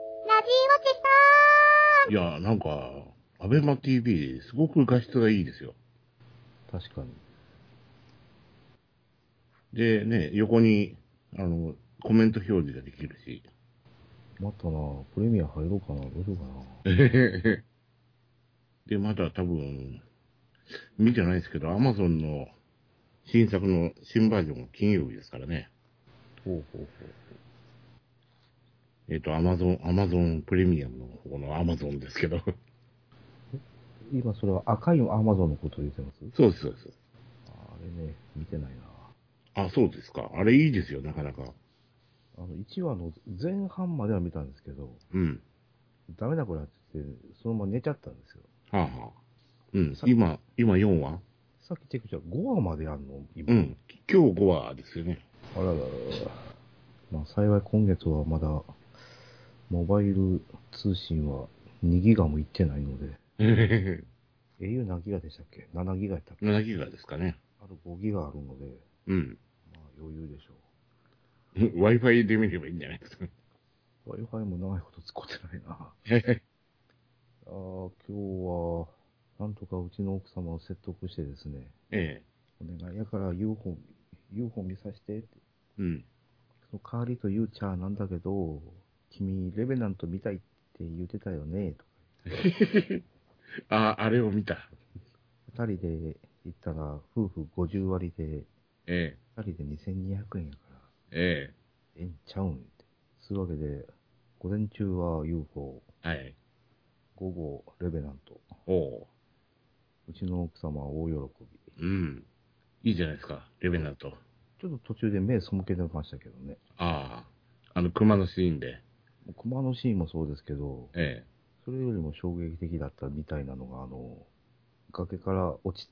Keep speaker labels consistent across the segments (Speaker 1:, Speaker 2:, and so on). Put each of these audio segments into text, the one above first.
Speaker 1: 落ちた
Speaker 2: いや、なんか、アベマ TV、すごく画質がいいですよ。
Speaker 3: 確かに。
Speaker 2: で、ね、横に、あの、コメント表示ができるし。
Speaker 3: またな、プレミア入ろうかな、どうしようかな。
Speaker 2: で、まだ多分、見てないですけど、アマゾンの新作の新バージョンが金曜日ですからね。
Speaker 3: ほうほう
Speaker 2: えっ、と、アマゾン、アマゾンプレミアムのこのアマゾンですけど。
Speaker 3: 今それは赤いアマゾンのこと言ってます
Speaker 2: そうです、そうです。
Speaker 3: ああれね、見てないな。
Speaker 2: あ、そうですか。あれいいですよ、なかなか。
Speaker 3: あの、1話の前半までは見たんですけど、
Speaker 2: うん。
Speaker 3: ダメだこれって言って、そのまま寝ちゃったんですよ。
Speaker 2: はあ、はあ、うん。
Speaker 3: さ
Speaker 2: 今、今4話
Speaker 3: さっきチェックしたら5話までやんの今。
Speaker 2: うん。今日5話ですよ ね。
Speaker 3: あらららら。まあ幸い今月はまだ、モバイル通信は2ギガもいってないので、
Speaker 2: 7
Speaker 3: au 何ギガでしたっけ ?7 ギガやったっけ
Speaker 2: ギガですかね。
Speaker 3: あと5ギガあるので、
Speaker 2: うん。
Speaker 3: まあ余裕でしょ
Speaker 2: Wi-Fi で見ればいいんじゃないですか。
Speaker 3: う。Wi-Fi も長いこと使ってないな。 ああ、今日は、なんとかうちの奥様を説得してですね、
Speaker 2: ええ。
Speaker 3: お願いやから UFO、UFO 見させてって、
Speaker 2: うん。
Speaker 3: その代わりと言うちゃなんだけど、君、レベナント見たいって言ってたよね、とか。
Speaker 2: あ、あれを見た。
Speaker 3: 二人で行ったら、夫婦50割で、
Speaker 2: え
Speaker 3: 二人で2200円やから、
Speaker 2: え。え
Speaker 3: ええんちゃうんって。するわけで、午前中は UFO、
Speaker 2: え。はい。
Speaker 3: 午後、レベナント。
Speaker 2: おう。
Speaker 3: うちの奥様は大喜
Speaker 2: う
Speaker 3: び。
Speaker 2: ん。いいじゃないですか。レベナント。
Speaker 3: ちょっと途中で目背けてましたけどね。
Speaker 2: ああ。あの、熊のシーンで。
Speaker 3: コマのシーンもそうですけど、
Speaker 2: え
Speaker 3: それよりも衝撃的だったみたいなのが、あの、崖から落ち、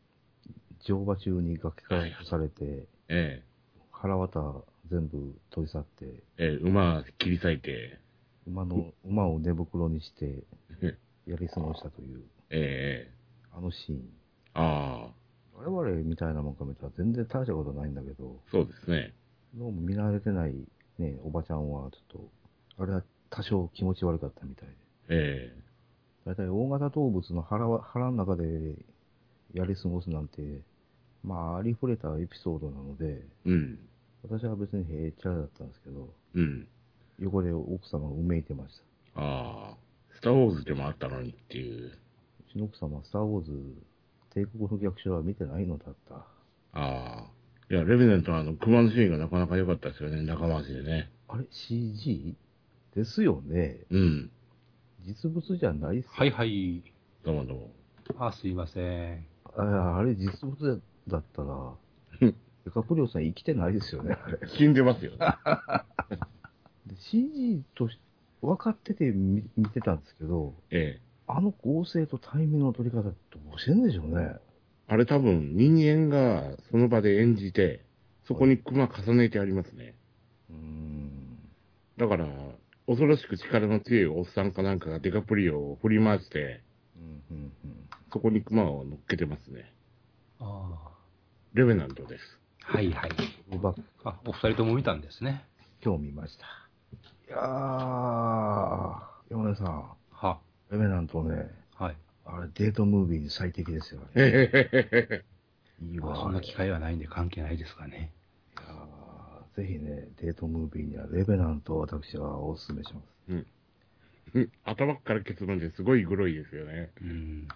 Speaker 3: 乗馬中に崖から落とされて、
Speaker 2: え。え
Speaker 3: 腹渡全部取り去って、
Speaker 2: え。ええ。馬切り裂いて。
Speaker 3: 馬の、馬を寝袋にして
Speaker 2: え、
Speaker 3: やり過ごしたという、
Speaker 2: ええ。
Speaker 3: あのシーン。
Speaker 2: ああ。
Speaker 3: 我々みたいなもんか見たら全然大したことないんだけど、
Speaker 2: そうですね。
Speaker 3: どうも見慣れてないね、おばちゃんはちょっと、あれは多少気持ち悪かったみたいで。
Speaker 2: ええ。
Speaker 3: 大体大型動物の腹は、腹の中でやり過ごすなんて、まあ、ありふれたエピソードなので、
Speaker 2: うん。
Speaker 3: 私は別にへえちゃらだったんですけど、
Speaker 2: うん。
Speaker 3: 横で奥様がうめいてました。
Speaker 2: ああ。スターウォーズでもあったのにっていう。
Speaker 3: うちの奥様はスター・ウォーズ、帝国の逆襲は見てないのだった。
Speaker 2: ああ。いや、レベナントのあの、熊のシーンがなかなか良かったですよね。仲間足でね。
Speaker 3: あれ ?CG? ですよね。
Speaker 2: うん。
Speaker 3: 実物じゃないっすよ
Speaker 4: はいはい。
Speaker 2: どうもどうも。
Speaker 4: あ、すいません。
Speaker 3: ああれ実物だったら
Speaker 2: うん、
Speaker 3: デカプリオさん生きてないですよね、あれ。
Speaker 2: 死んでますよ。
Speaker 3: で CG とし分かってて見見てたんですけど、
Speaker 2: ええ。
Speaker 3: あの合成とタイミングの取り方ってどうしてんでしょうね。
Speaker 2: あれ多分、人間がその場で演じて、そこに熊重ねてありますね。
Speaker 3: うーん。
Speaker 2: だから、恐ろしく力の強いおっさんかなんかがデカプリオを振り回して、
Speaker 3: うんうんうん
Speaker 2: そこに熊を乗っけてますね。
Speaker 4: あ
Speaker 2: レベナントです。
Speaker 4: あ。はいはい。
Speaker 3: ロバ
Speaker 4: あ、お二人とも見たんですね。
Speaker 3: 今日見ました。いやー、山根さん、
Speaker 4: は、
Speaker 3: レベナントね、
Speaker 4: はい。
Speaker 3: あれデートムービーに最適ですよ、あれ。
Speaker 2: え
Speaker 3: いい
Speaker 4: まあ
Speaker 3: わ。
Speaker 4: そんな
Speaker 3: あれ
Speaker 4: 機会はないんで関係ないですがね。
Speaker 3: いやーぜひね、デートムービーにはレベナントを私はお勧めします。
Speaker 2: え。頭から結論ですごいグロいですよね。
Speaker 4: うん。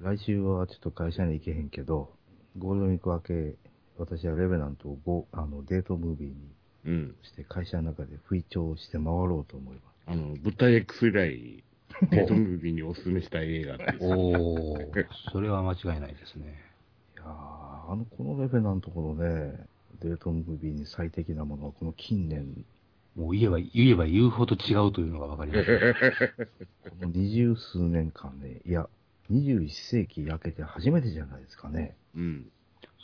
Speaker 3: 来週はちょっと会社に行けへんけど、ゴールデンウィーク明け、私はレベナントをごあのデートムービーに
Speaker 2: うん。
Speaker 3: して会社の中で吹聴して回ろうと思いま
Speaker 2: あの、物体 X 以来、デートムービーにおすすめしたい映画です。
Speaker 4: おー、それは間違いないですね。
Speaker 3: す。いやーあの、このレベナントこのね、デートムービーに最適なものはこの近年、
Speaker 4: もう言えば、言えば言うほど違うというのがわかります。
Speaker 3: この二十数年間ね、いや、21世紀明けて初めてじゃないですかね。
Speaker 2: うん。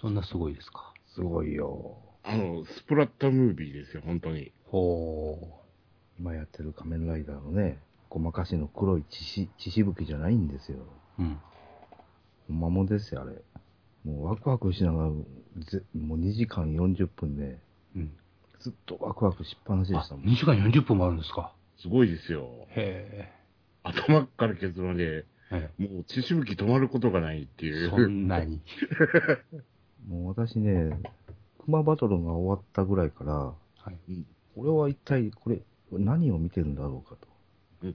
Speaker 4: そんなすごいですか。
Speaker 3: すごいよ。
Speaker 2: あの、スプラッタムービーですよ、本当に。
Speaker 4: ほ
Speaker 3: 今やってる仮面ライダーのね、ごまかしの黒い血し血しぶきじゃないんですよ。
Speaker 4: ー。うん。
Speaker 3: ほんまもんですよ、あれ。もうワクワクしながら、ぜもう2時間40分で、
Speaker 4: うん。
Speaker 3: ずっとワクワクしっぱなしで
Speaker 4: あ
Speaker 3: した、もん。
Speaker 4: 2時間40分もあるんですか。
Speaker 2: すごいですよ。
Speaker 4: へ
Speaker 2: 頭からケツまで、
Speaker 4: え。え
Speaker 2: もう血しぶき止まることがないってい
Speaker 4: え
Speaker 2: う。
Speaker 4: そんなに。
Speaker 3: もう私ね、クマバトルが終わったぐらいから、
Speaker 4: はい。
Speaker 3: 俺は一体これ、何を見てるんだろうかと。
Speaker 2: うん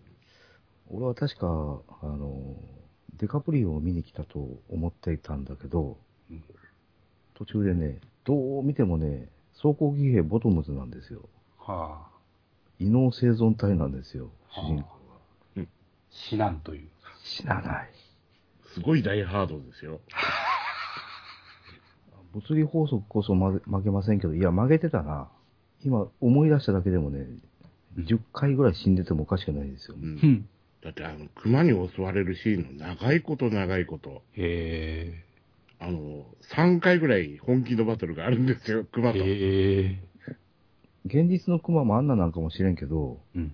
Speaker 3: 俺は確か、あの、デカプリオを見に来たと思っていたんだけど、
Speaker 4: うん
Speaker 3: 途中でね、どう見てもね、装甲騎兵ボトムズなんですよ。
Speaker 4: は
Speaker 3: 異能生存体なんですよ、
Speaker 4: あ。
Speaker 3: 主人公。
Speaker 4: はあ死なんという。
Speaker 3: 死なない。
Speaker 2: すごい大ハードですよ。
Speaker 3: 物理法則こそ負け負けませんけど、いや、負けてたな。今、思い出しただけでもね、10回ぐらい死んでてもおかしくないですよ
Speaker 2: う。ん
Speaker 4: うん。
Speaker 2: だってあの、熊に襲われるシーンの長いこと長いこと、
Speaker 4: へ
Speaker 2: あの、3回ぐらい本気のバトルがあるんですよ、
Speaker 4: え。
Speaker 2: 熊と。
Speaker 4: へえ。
Speaker 3: 現実の熊もあんななんかもしれんけど、
Speaker 4: うん。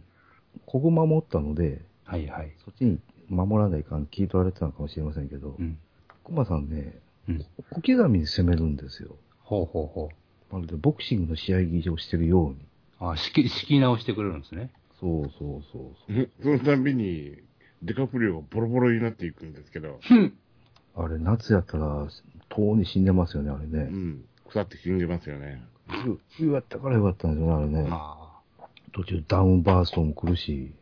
Speaker 3: 子熊持ったので、
Speaker 4: はいはい。
Speaker 3: そっちに守らないかん聞い取られてたのかもしれませんけど
Speaker 4: う、ん。
Speaker 3: 熊さんね
Speaker 4: うん、
Speaker 3: 小刻みに攻めるんですよ。
Speaker 4: ほうほうほ
Speaker 3: まるでボクシングの試合着をしてるように。
Speaker 4: う。ああ、仕切仕切り直してくれるんですね。
Speaker 3: そうそうそうそう。
Speaker 2: うんそのたんびに、デカプリオがボロボロになっていくんですけど、
Speaker 3: あれ、夏やったら、とうに死んでますよね、あれ
Speaker 2: う
Speaker 3: ね。
Speaker 2: ん、腐って死んでますよね。
Speaker 3: 冬冬やったからよかったんですよね、あれね。
Speaker 4: ああ。
Speaker 3: 途中ダウンバーストも来るし、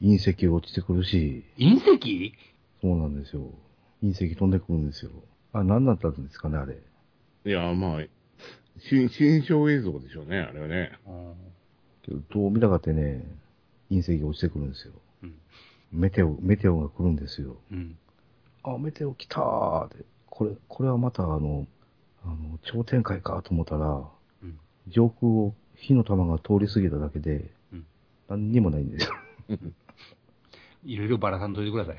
Speaker 3: 隕石落ちてくるし、
Speaker 4: 隕石
Speaker 3: そうなんですよ。隕石飛んでくるんですよ。あ、何だったんですかね、あれ。
Speaker 2: いや、まあ、新、新象映像でしょうね、あれはね。
Speaker 4: うん。
Speaker 3: けど、どう見たかってね、隕石落ちてくるんですよ。
Speaker 4: うん
Speaker 3: メテオ、メテオが来るんですよ。
Speaker 4: うん。
Speaker 3: あ、メテオ来たーって。これ、これはまたあの、あの、超展開かと思ったら、
Speaker 4: うん
Speaker 3: 上空を火の玉が通り過ぎただけで、
Speaker 4: うん
Speaker 3: 何にもないんですよ。
Speaker 4: いろいろばらさんといてください。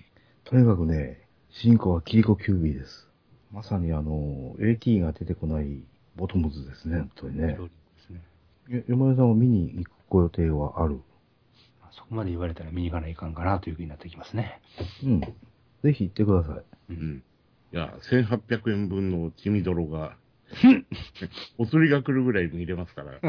Speaker 3: とにかくね、主人公はキリコ・キュービーです。まさにあの、AT が出てこないボトムズですね、本当にね
Speaker 4: ロ。リですね。
Speaker 3: よ山根さんを見に行くご予定はある
Speaker 4: まあそこまで言われたら見に行かないかんかなというふうになってきますね。
Speaker 3: うん。ぜひ行ってくださ
Speaker 2: う
Speaker 3: い。
Speaker 2: ん。いや、1800円分の血みどろ が、お釣りが来るぐらい見れますから。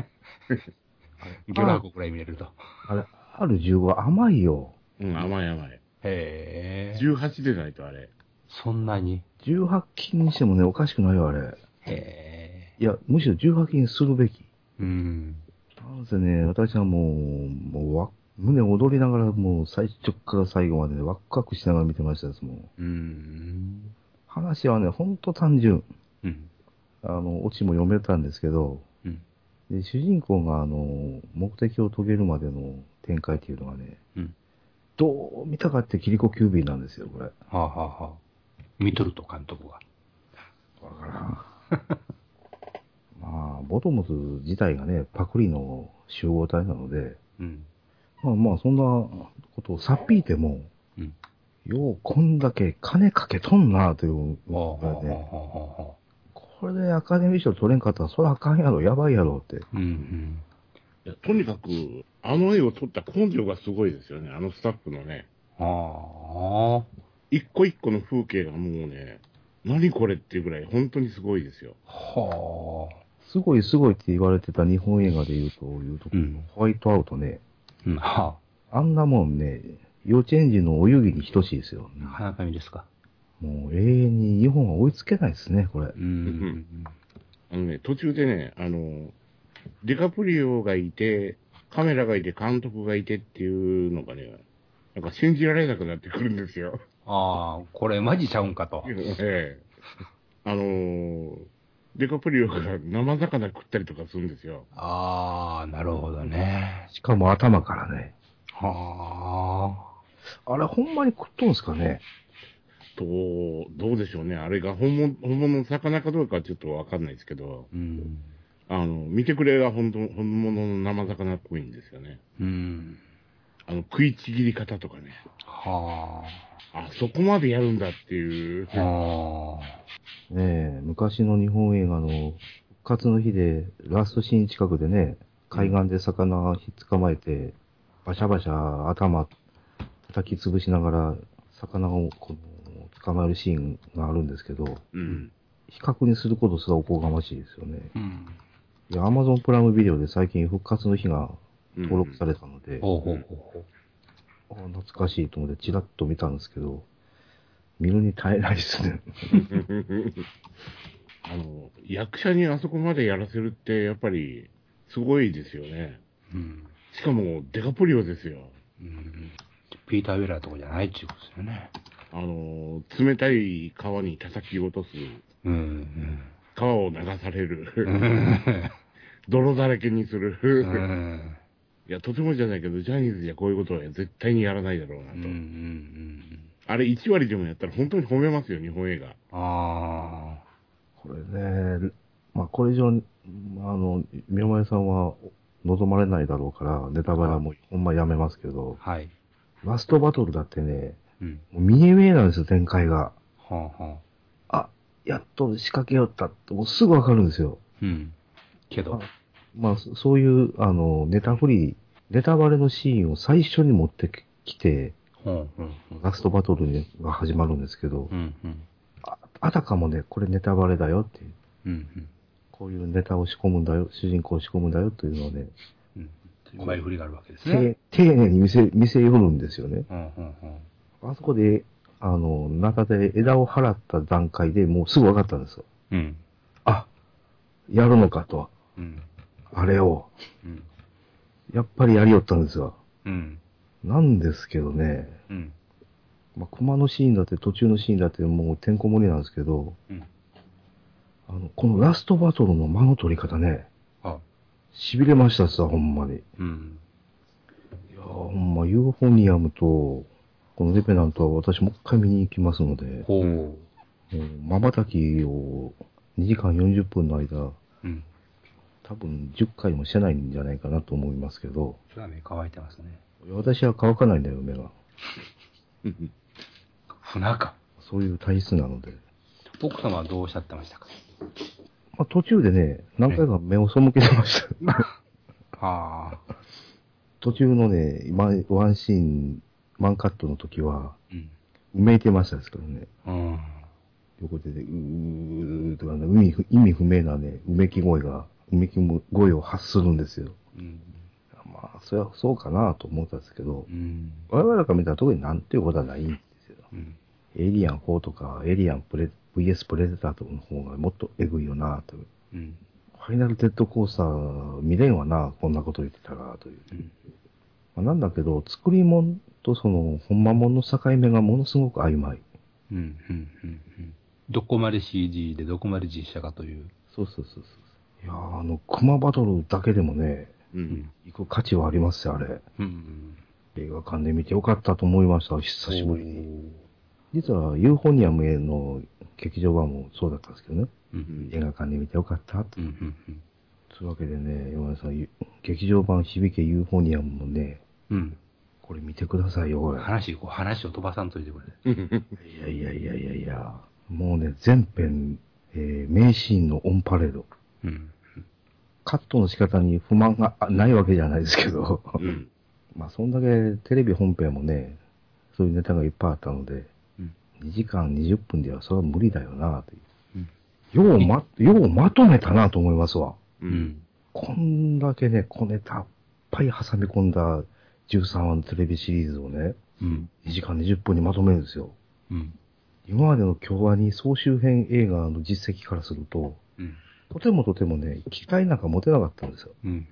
Speaker 4: 魚卵くらい見れると。
Speaker 3: あれ、R15 甘いよ。
Speaker 2: うん、甘い甘い。
Speaker 4: へえ。
Speaker 2: 18でないとあれ。
Speaker 4: そんなに。
Speaker 3: 18禁にしてもね、おかしくないよ、あれ。
Speaker 4: へえ。
Speaker 3: いや、むしろ18禁にするべき。
Speaker 4: うん。
Speaker 3: なんせね、私はもう、もうわ、胸躍りながら、もう最初から最後まで、ね、ワクワクしながら見てましたです、もう。
Speaker 4: うん。
Speaker 3: 話はね、ほんと単純。
Speaker 4: うん。
Speaker 3: あの、オチも読めたんですけど、
Speaker 4: うん。
Speaker 3: で主人公が、あの、目的を遂げるまでの展開っていうのがね、
Speaker 4: うん
Speaker 3: どう見たかってキリコキュービーなんですよ、これ。わ
Speaker 4: はあ、はあはあ、見とると監督が。
Speaker 3: からん。 まあ、ボトムズ自体がね、パクリの集合体なので、
Speaker 4: うん。
Speaker 3: まあまあ、そんなことをさっぴいても、
Speaker 4: うん
Speaker 3: ようこんだけ金かけとんなという、
Speaker 4: はあ、はあ、はあ、は
Speaker 3: ね、
Speaker 4: あ、はあ。
Speaker 3: これでアカデミー賞取れんかったら、そらあかんやろ、やばいやろって。
Speaker 4: うん。
Speaker 2: いやとにかく、あの絵を撮った根性がすごいですよね、あのスタッフのね。
Speaker 4: うん。は
Speaker 2: 一個一個の風景がもうね、何これっていうぐらい本当にすごいですよ。
Speaker 4: あ。はあ。
Speaker 3: すごいすごいって言われてた日本映画で言うと、いうとこ
Speaker 4: うん。
Speaker 3: ホワイトアウトね、
Speaker 4: うんは
Speaker 3: あんなもんね、幼稚園児のお遊戯に等しいですよ。
Speaker 4: あ。花神ですか。
Speaker 3: もう永遠に日本は追いつけないですね、これ
Speaker 4: う。ん。
Speaker 2: あのね、途中でね、あの、デカプリオがいて、カメラがいて、監督がいてっていうのがね、なんか信じられなくなってくるんですよ。
Speaker 4: ああ、これマジちゃうんかと。
Speaker 2: ええ。あのーデカプリオが生魚食ったりとかするんですよ。
Speaker 4: ああ、なるほどね。
Speaker 3: しかも頭からね。
Speaker 4: は
Speaker 3: あれ、ほんまに食っとんすかね
Speaker 2: と、どうでしょうね。あれが本物、本物の魚かどうかはちょっとわかんないですけど、
Speaker 4: あ。うん。
Speaker 2: あの、見てくれが本当、本物の生魚っぽいんですよね。
Speaker 4: うん。
Speaker 2: あの、食いちぎり方とかね。
Speaker 4: は
Speaker 2: あ、そこまでやるんだっていう。
Speaker 4: あ。はあ。
Speaker 3: ねえ、昔の日本映画の復活の日で、ラストシーン近くでね、海岸で魚ひっ捕まえて、バシャバシャ頭叩き潰しながら、魚をこう捕まえるシーンがあるんですけど、
Speaker 2: うん。
Speaker 3: 比較にすることすらおこがましいですよね。
Speaker 4: うん。
Speaker 3: いや、アマゾンプライムビデオで最近復活の日が
Speaker 2: うん
Speaker 3: 登録されたので、
Speaker 4: ほうほうほうほう。
Speaker 3: あー懐かしいと思ってチラッと見たんですけど、見るに耐えないですね。
Speaker 2: あの、役者にあそこまでやらせるって、やっぱり、すごいですよね。
Speaker 4: うん。
Speaker 2: しかも、デカプリオですよ。
Speaker 4: うん。ピーター・ウェラーとかじゃないっちゅうことですよね。
Speaker 2: あの、冷たい川に叩き落とす、
Speaker 4: うん。
Speaker 2: 川を流され
Speaker 4: う
Speaker 2: る、
Speaker 4: ん。
Speaker 2: 泥だらけにす
Speaker 4: う
Speaker 2: る。
Speaker 4: ん。
Speaker 2: いや、とてもじゃないけど、ジャニーズじゃこういうことは絶対にやらないだろうな
Speaker 4: う
Speaker 2: と。
Speaker 4: ん。
Speaker 2: あれ、1割でもやったら本当に褒めますよ、日本映画。
Speaker 4: ああ。
Speaker 3: これね、まあこれ以上に、まああの、宮前さんは望まれないだろうから、ネタバレはもうほんまやめますけど、
Speaker 4: はい。
Speaker 3: ラストバトルだってね、
Speaker 4: うん。
Speaker 3: もう見え見えなんですよ、展開が。
Speaker 4: はあはあ。
Speaker 3: あ、やっと仕掛けよったって、もうすぐわかるんですよ。
Speaker 4: うん。けど
Speaker 3: あ。まあ、そそういう、あの、ネタフリー、ネタバレのシーンを最初に持ってきて、
Speaker 4: うん。うん。
Speaker 3: ラストバトルが始まるんですけど
Speaker 4: う、ん。うん。
Speaker 3: ああたかもね、これネタバレだよっていう、
Speaker 4: うん。
Speaker 3: こういうネタを仕込むんだよ、主人公を仕込むんだよというのをね、
Speaker 4: うん。怖い振りがあるわけですね。
Speaker 3: て丁寧に見せ、見せよるんですよね。
Speaker 4: うん。うん。うん。
Speaker 3: あそこで、あの、中で枝を払った段階でもうすぐ分かったんですよ。
Speaker 4: うん。
Speaker 3: あ、やるのかと、
Speaker 4: うん。
Speaker 3: あれを、
Speaker 4: うん。
Speaker 3: やっぱりやりよったんですよ。
Speaker 4: うん。
Speaker 3: なんですけどね、
Speaker 4: うん。
Speaker 3: まあ、駒のシーンだって途中のシーンだってもうてんこ盛りなんですけど、
Speaker 4: うん
Speaker 3: あの、このラストバトルの間の取り方ね、
Speaker 4: あ、
Speaker 3: 痺れましたさ、ほんまに。い
Speaker 4: うん。
Speaker 3: やーほんま、ユーフォニアムと、このレペナントは私もう一回見に行きますので、
Speaker 4: ほう。
Speaker 3: まばたきを2時間40分の間、
Speaker 4: うん。
Speaker 3: 多分10回もしてないんじゃないかなと思いますけど、
Speaker 4: それは目乾いてますね。
Speaker 3: 私は乾かないんだよ、目が。
Speaker 4: 船か。
Speaker 3: そういう体質なので。
Speaker 4: 奥様はどうおっしゃってましたか
Speaker 3: まあ、途中でね、何回か目を背けてました。
Speaker 4: ああ。
Speaker 3: 途中のね、今ワンシーン、ワンカットの時は、
Speaker 4: うん。
Speaker 3: うめいてましたですけどね。
Speaker 4: うん。
Speaker 3: 横手で、うーとかね、意味不意味不明なね、うめき声が、うめき声を発するんですよ。
Speaker 4: うん。
Speaker 3: まあ、それはそうかなと思ったんですけど
Speaker 4: う、ん。
Speaker 3: 我々から見たら特になんていうことはないんですよ。
Speaker 4: うん。
Speaker 3: エイリアン4とか、エイリアンプレ VS プレデターとの方がもっとエグいよなという。
Speaker 4: うん。
Speaker 3: ファイナルテッドコースター見れんわな、こんなこと言ってたら、という。
Speaker 4: うん。
Speaker 3: まあ、なんだけど、作り物とその、ほんま物の境目がものすごく曖昧。
Speaker 4: うん。うん。うん。どこまで CG でどこまで実写かという。
Speaker 3: そうそうそうそう。いやーあの、クマバトルだけでもね、
Speaker 2: うん。
Speaker 3: 行く価値はありますよ、あれ。
Speaker 4: うん。
Speaker 3: 映画館で見てよかったと思いました、久しぶりに。
Speaker 4: に。
Speaker 3: 実は、ユーフォニアムへの劇場版もそうだったんですけどね。
Speaker 4: うん。
Speaker 3: 映画館で見てよかったと。
Speaker 4: うん。うん。
Speaker 3: そういうわけでね、山田さん、ゆ劇場版響けユーフォニアムもね、
Speaker 4: うん。
Speaker 3: これ見てくださいよ、これ。
Speaker 4: 話、こう話を飛ばさんといてくれ。
Speaker 3: いやいやいやいやいや、もうね、全編、えー名シーンのオンパレード。
Speaker 4: うん。
Speaker 3: カットの仕方に不満があないわけじゃないですけど、
Speaker 2: うん。
Speaker 3: まあ、そんだけテレビ本編もね、そういうネタがいっぱいあったので、
Speaker 4: うん
Speaker 3: 2時間20分ではそれは無理だよなと
Speaker 4: うん
Speaker 3: いう、ようま、ようまとめたなと思いますわ。
Speaker 2: う。
Speaker 4: うんん。
Speaker 3: こんだけね、小ネタいっぱい挟み込んだ13話のテレビシリーズをね、
Speaker 4: うん。
Speaker 3: 2時間20分にまとめるんですよ。
Speaker 4: うん。
Speaker 3: 今までの共和に総集編映画の実績からすると、
Speaker 4: うん。
Speaker 3: とてもとてもね、機会なんか持てなかったんですよ。
Speaker 4: うん。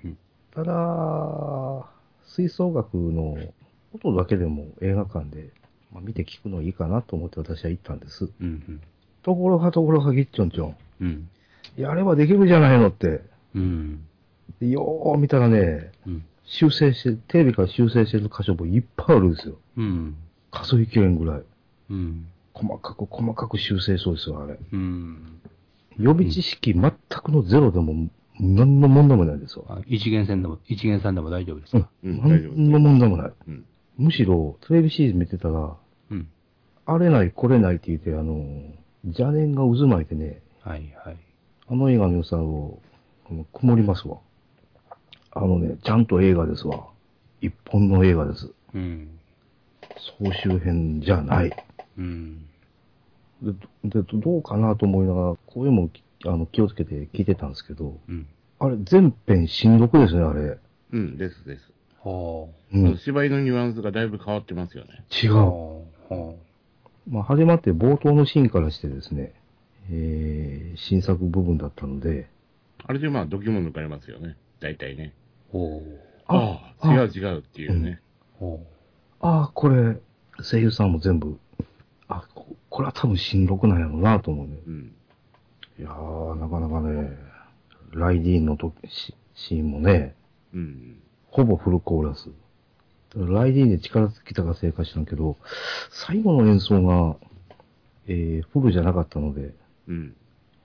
Speaker 3: ただ、吹奏楽の音だけでも映画館で、まあ、見て聞くのいいかなと思って私は行ったんです。
Speaker 4: うん。
Speaker 3: ところがところがぎっちょんちょん。
Speaker 4: うん。
Speaker 3: やればできるじゃないのって。
Speaker 4: うん。
Speaker 3: でよー見たらね、
Speaker 4: うん。
Speaker 3: 修正して、テレビから修正してる箇所もいっぱいあるんですよ。
Speaker 4: うん。
Speaker 3: 数えきれんぐらい。
Speaker 4: うん。
Speaker 3: 細かく細かく修正そうですよ、あれ。
Speaker 4: うん。
Speaker 3: 予備知識全くのゼロでも、何の問題もないですよ。
Speaker 4: あ一元線でも、一元さんでも大丈夫です
Speaker 3: うん
Speaker 4: か、
Speaker 2: うん大丈夫です
Speaker 3: 何の問題もない。
Speaker 2: うん
Speaker 3: むしろ、テレビシリーズ見てたら、
Speaker 4: うん。
Speaker 3: あれない、これないって言って、あの、邪念が渦巻いてね、
Speaker 4: はいはい。
Speaker 3: あの映画の良さを、うん曇りますわ。あのね、ちゃんと映画ですわ。一本の映画です。
Speaker 4: うん。
Speaker 3: 総集編じゃない。
Speaker 4: うん。
Speaker 3: で、でどうかなと思いながら、声もあの気をつけて聞いてたんですけど、
Speaker 4: うん。
Speaker 3: あれ、全編しんどくですね、あれ。
Speaker 2: うん、ですです。
Speaker 4: はあ。
Speaker 3: うん。
Speaker 2: 芝居のニュアンスがだいぶ変わってますよね。
Speaker 3: 違
Speaker 4: は
Speaker 3: う。
Speaker 4: あ。は
Speaker 3: まあ、始まって冒頭のシーンからしてですね、えー、新作部分だったので、
Speaker 2: あれでまあ、度肝抜かれますよね。大体ね。
Speaker 4: あ。おう
Speaker 2: ああ、
Speaker 3: あ
Speaker 2: 違う違うっていうね。
Speaker 4: おう
Speaker 3: ああ、これ、声優さんも全部、あ、ここれは多分新録なんやろうなと思うね。
Speaker 2: うん。
Speaker 3: いやー、なかなかね、ライディーンのとシシーンもね、
Speaker 2: うん。
Speaker 3: ほぼフルコーラス。ライディーンで力尽きたか正解したんけど、最後の演奏が、えー、フルじゃなかったので、
Speaker 2: うん。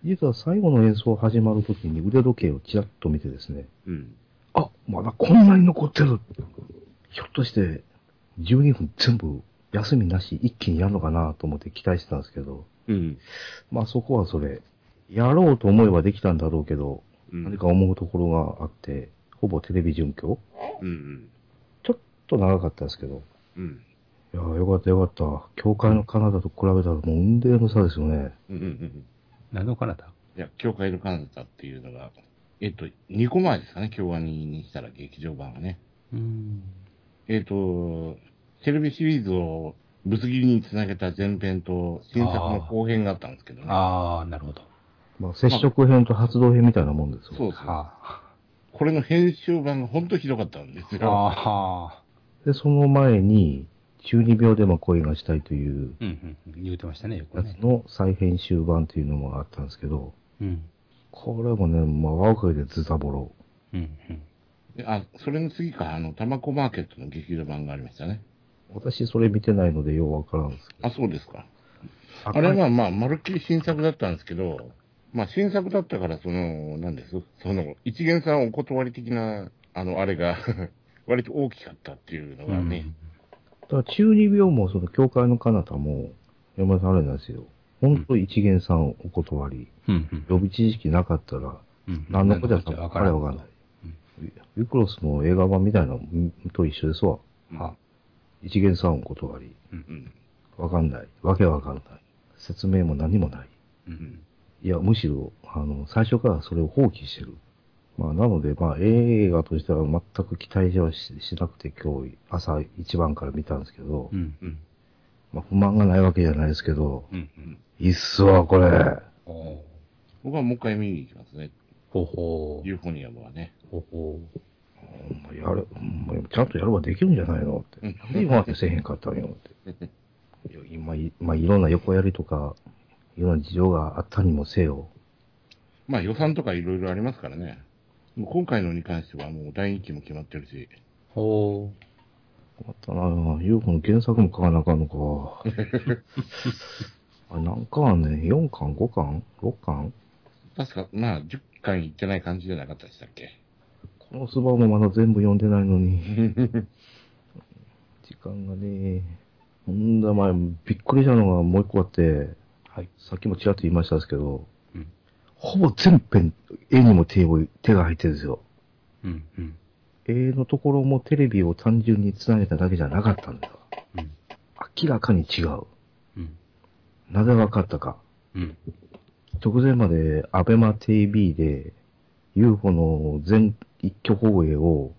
Speaker 3: 実は最後の演奏始まるときに腕時計をちらっと見てですね、
Speaker 2: うん。
Speaker 3: あ、まだこんなに残ってる。ひょっとして、12分全部休みなし一気にやるのかなと思って期待してたんですけど、
Speaker 2: うん。
Speaker 3: まあそこはそれ、やろうと思えばできたんだろうけど、
Speaker 2: うん。
Speaker 3: 何か思うところがあって、ほぼテレビ準拠
Speaker 2: うん。うん。
Speaker 3: ちょっと長かったですけど、
Speaker 2: うん。
Speaker 3: いやーよかったよかった。教会のカナダと比べたらもう運命の差ですよね。
Speaker 2: うん。うん。
Speaker 4: 何の彼方
Speaker 2: いや、教会のカナダっていうのが、えっと、2個前ですかね、京アニにしたら劇場版はね。
Speaker 4: うん。
Speaker 2: えっと、テレビシリーズをぶつ切りにつなげた前編と新作の後編があったんですけどね。
Speaker 4: ああ、なるほど。
Speaker 3: まあ接触編と発動編みたいなもんですよ。
Speaker 2: そうそう。
Speaker 4: は
Speaker 2: これの編集版が本当ひどかったんです
Speaker 4: あ。
Speaker 2: よ。
Speaker 4: ああ。
Speaker 3: で、その前に、中二病でも恋がしたいという
Speaker 4: うんうんうん。言うてましたね、よく
Speaker 3: や
Speaker 4: ね
Speaker 3: つ。の再編集版というのもあったんですけど、
Speaker 4: うん。
Speaker 3: これもね、まあ、輪をかけてズタボロ。
Speaker 4: うん
Speaker 2: であ、それの次か、あの、タマコマーケットの劇場版がありましたね。
Speaker 3: 私それ見てないのでようわからんですけ
Speaker 2: あ、そうですか。
Speaker 3: ど。
Speaker 2: あれ
Speaker 3: は
Speaker 2: はまあ、まるっきり新作だったんですけど、まあ、新作だったから、その、なんです、その、一元さんお断り的な、あの、あれが、 割と大きかったっていうの
Speaker 4: うん。う
Speaker 2: が
Speaker 4: ん
Speaker 2: ね、
Speaker 3: だから中二病も、その、教会の彼方も、山田さんあれなんですよ。本当一元さんお断り。
Speaker 4: うん
Speaker 3: 予備知識なかったら、
Speaker 4: うん。
Speaker 3: 何のことや
Speaker 4: っ
Speaker 3: った
Speaker 4: た
Speaker 3: のかわかんない。
Speaker 4: うん
Speaker 3: ウィクロスの映画版みたいなのと一緒ですわ。
Speaker 4: は
Speaker 3: 一元さんお断り。
Speaker 2: うん。
Speaker 3: わかんない。わけわかんない。説明も何もない。
Speaker 4: うん。
Speaker 3: いや、むしろ、あの、最初からそれを放棄してる。まあ、なので、まあ、映画としては全く期待はししなくて、今日、朝一番から見たんですけど、
Speaker 4: うん。
Speaker 2: うん。
Speaker 3: まあ、不満がないわけじゃないですけど、
Speaker 4: うんうん。
Speaker 3: いいっすわ、これ。
Speaker 4: おお。
Speaker 2: 僕はもう一回見に行きますね、
Speaker 4: ほうほう。
Speaker 2: ユーフォニアムはね。
Speaker 4: ほうほう。
Speaker 3: ほんまやる、ほんまちゃんとやればできるんじゃないのって。
Speaker 2: うん
Speaker 3: なんで今までせえへんかったんよって。いや今、いまあ、いろんな横やりとか、いろんな事情があったにもせよ。
Speaker 2: まあ、予算とかいろいろありますからね。もう今回のに関してはもう第一期も決まってるし、
Speaker 4: ほ
Speaker 3: 困ったなぁ。UFO の原作も買わなあかんの か。あれ何巻あんねん ?4 巻 ?5 巻 ?6 巻
Speaker 2: 確か、まあ、10巻いってない感じじゃなかったでしたっけ。
Speaker 3: このスバもまだ全部読んでないのに。 時間がねほんだ前、びっくりしたのがもう一個あって、
Speaker 4: はい
Speaker 3: さっきもちらっと言いましたですけど、
Speaker 4: うん
Speaker 3: ほぼ全編、絵にも手を手が入ってるんですよ。
Speaker 4: う。うんうん。
Speaker 3: 絵のところもテレビを単純に繋げただけじゃなかったんだよ。
Speaker 4: うん
Speaker 3: 明らかに違う。
Speaker 4: うん。
Speaker 3: なぜわかったか。
Speaker 4: うん。
Speaker 3: 直前までアベマ TV で UFO の全一挙放映を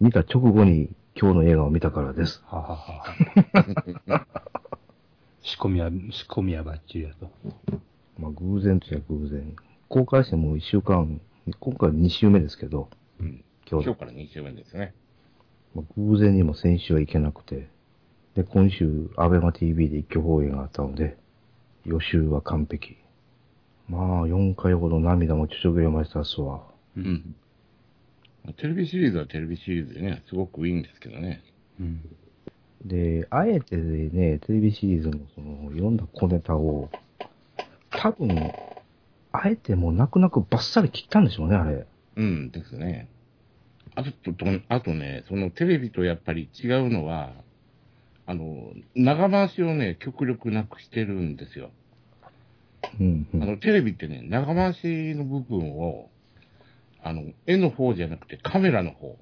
Speaker 3: 見た直後に今日の映画を見たからです。
Speaker 4: ははは。 仕込みは、仕込みはバッチリやと。
Speaker 3: まあ偶然といえば偶然。公開してもう一週間、今回2週目ですけど、
Speaker 2: うん。
Speaker 3: 今日
Speaker 2: 今日から2週目ですね。
Speaker 3: まあ偶然にも先週は行けなくて、で、今週アベマ TV で一挙放映があったので、予習は完璧。まあ4回ほど涙もちょちょぐれましたっすわ。
Speaker 4: う
Speaker 2: う。ん。テレビシリーズはテレビシリーズでね、すごくいいんですけどね。
Speaker 4: うん。
Speaker 3: で、あえてね、テレビシリーズのその、いろんな小ネタを、多分、あえてもう泣く泣くバッサリ切ったんでしょうね、あれ。
Speaker 2: うんですね。あと、とあとね、そのテレビとやっぱり違うのは、あの、長回しをね、極力なくしてるんですよ。
Speaker 3: うん、う
Speaker 2: あ
Speaker 3: ん。
Speaker 2: の、テレビってね、長回しの部分を、あの、絵の方じゃなくてカメラの方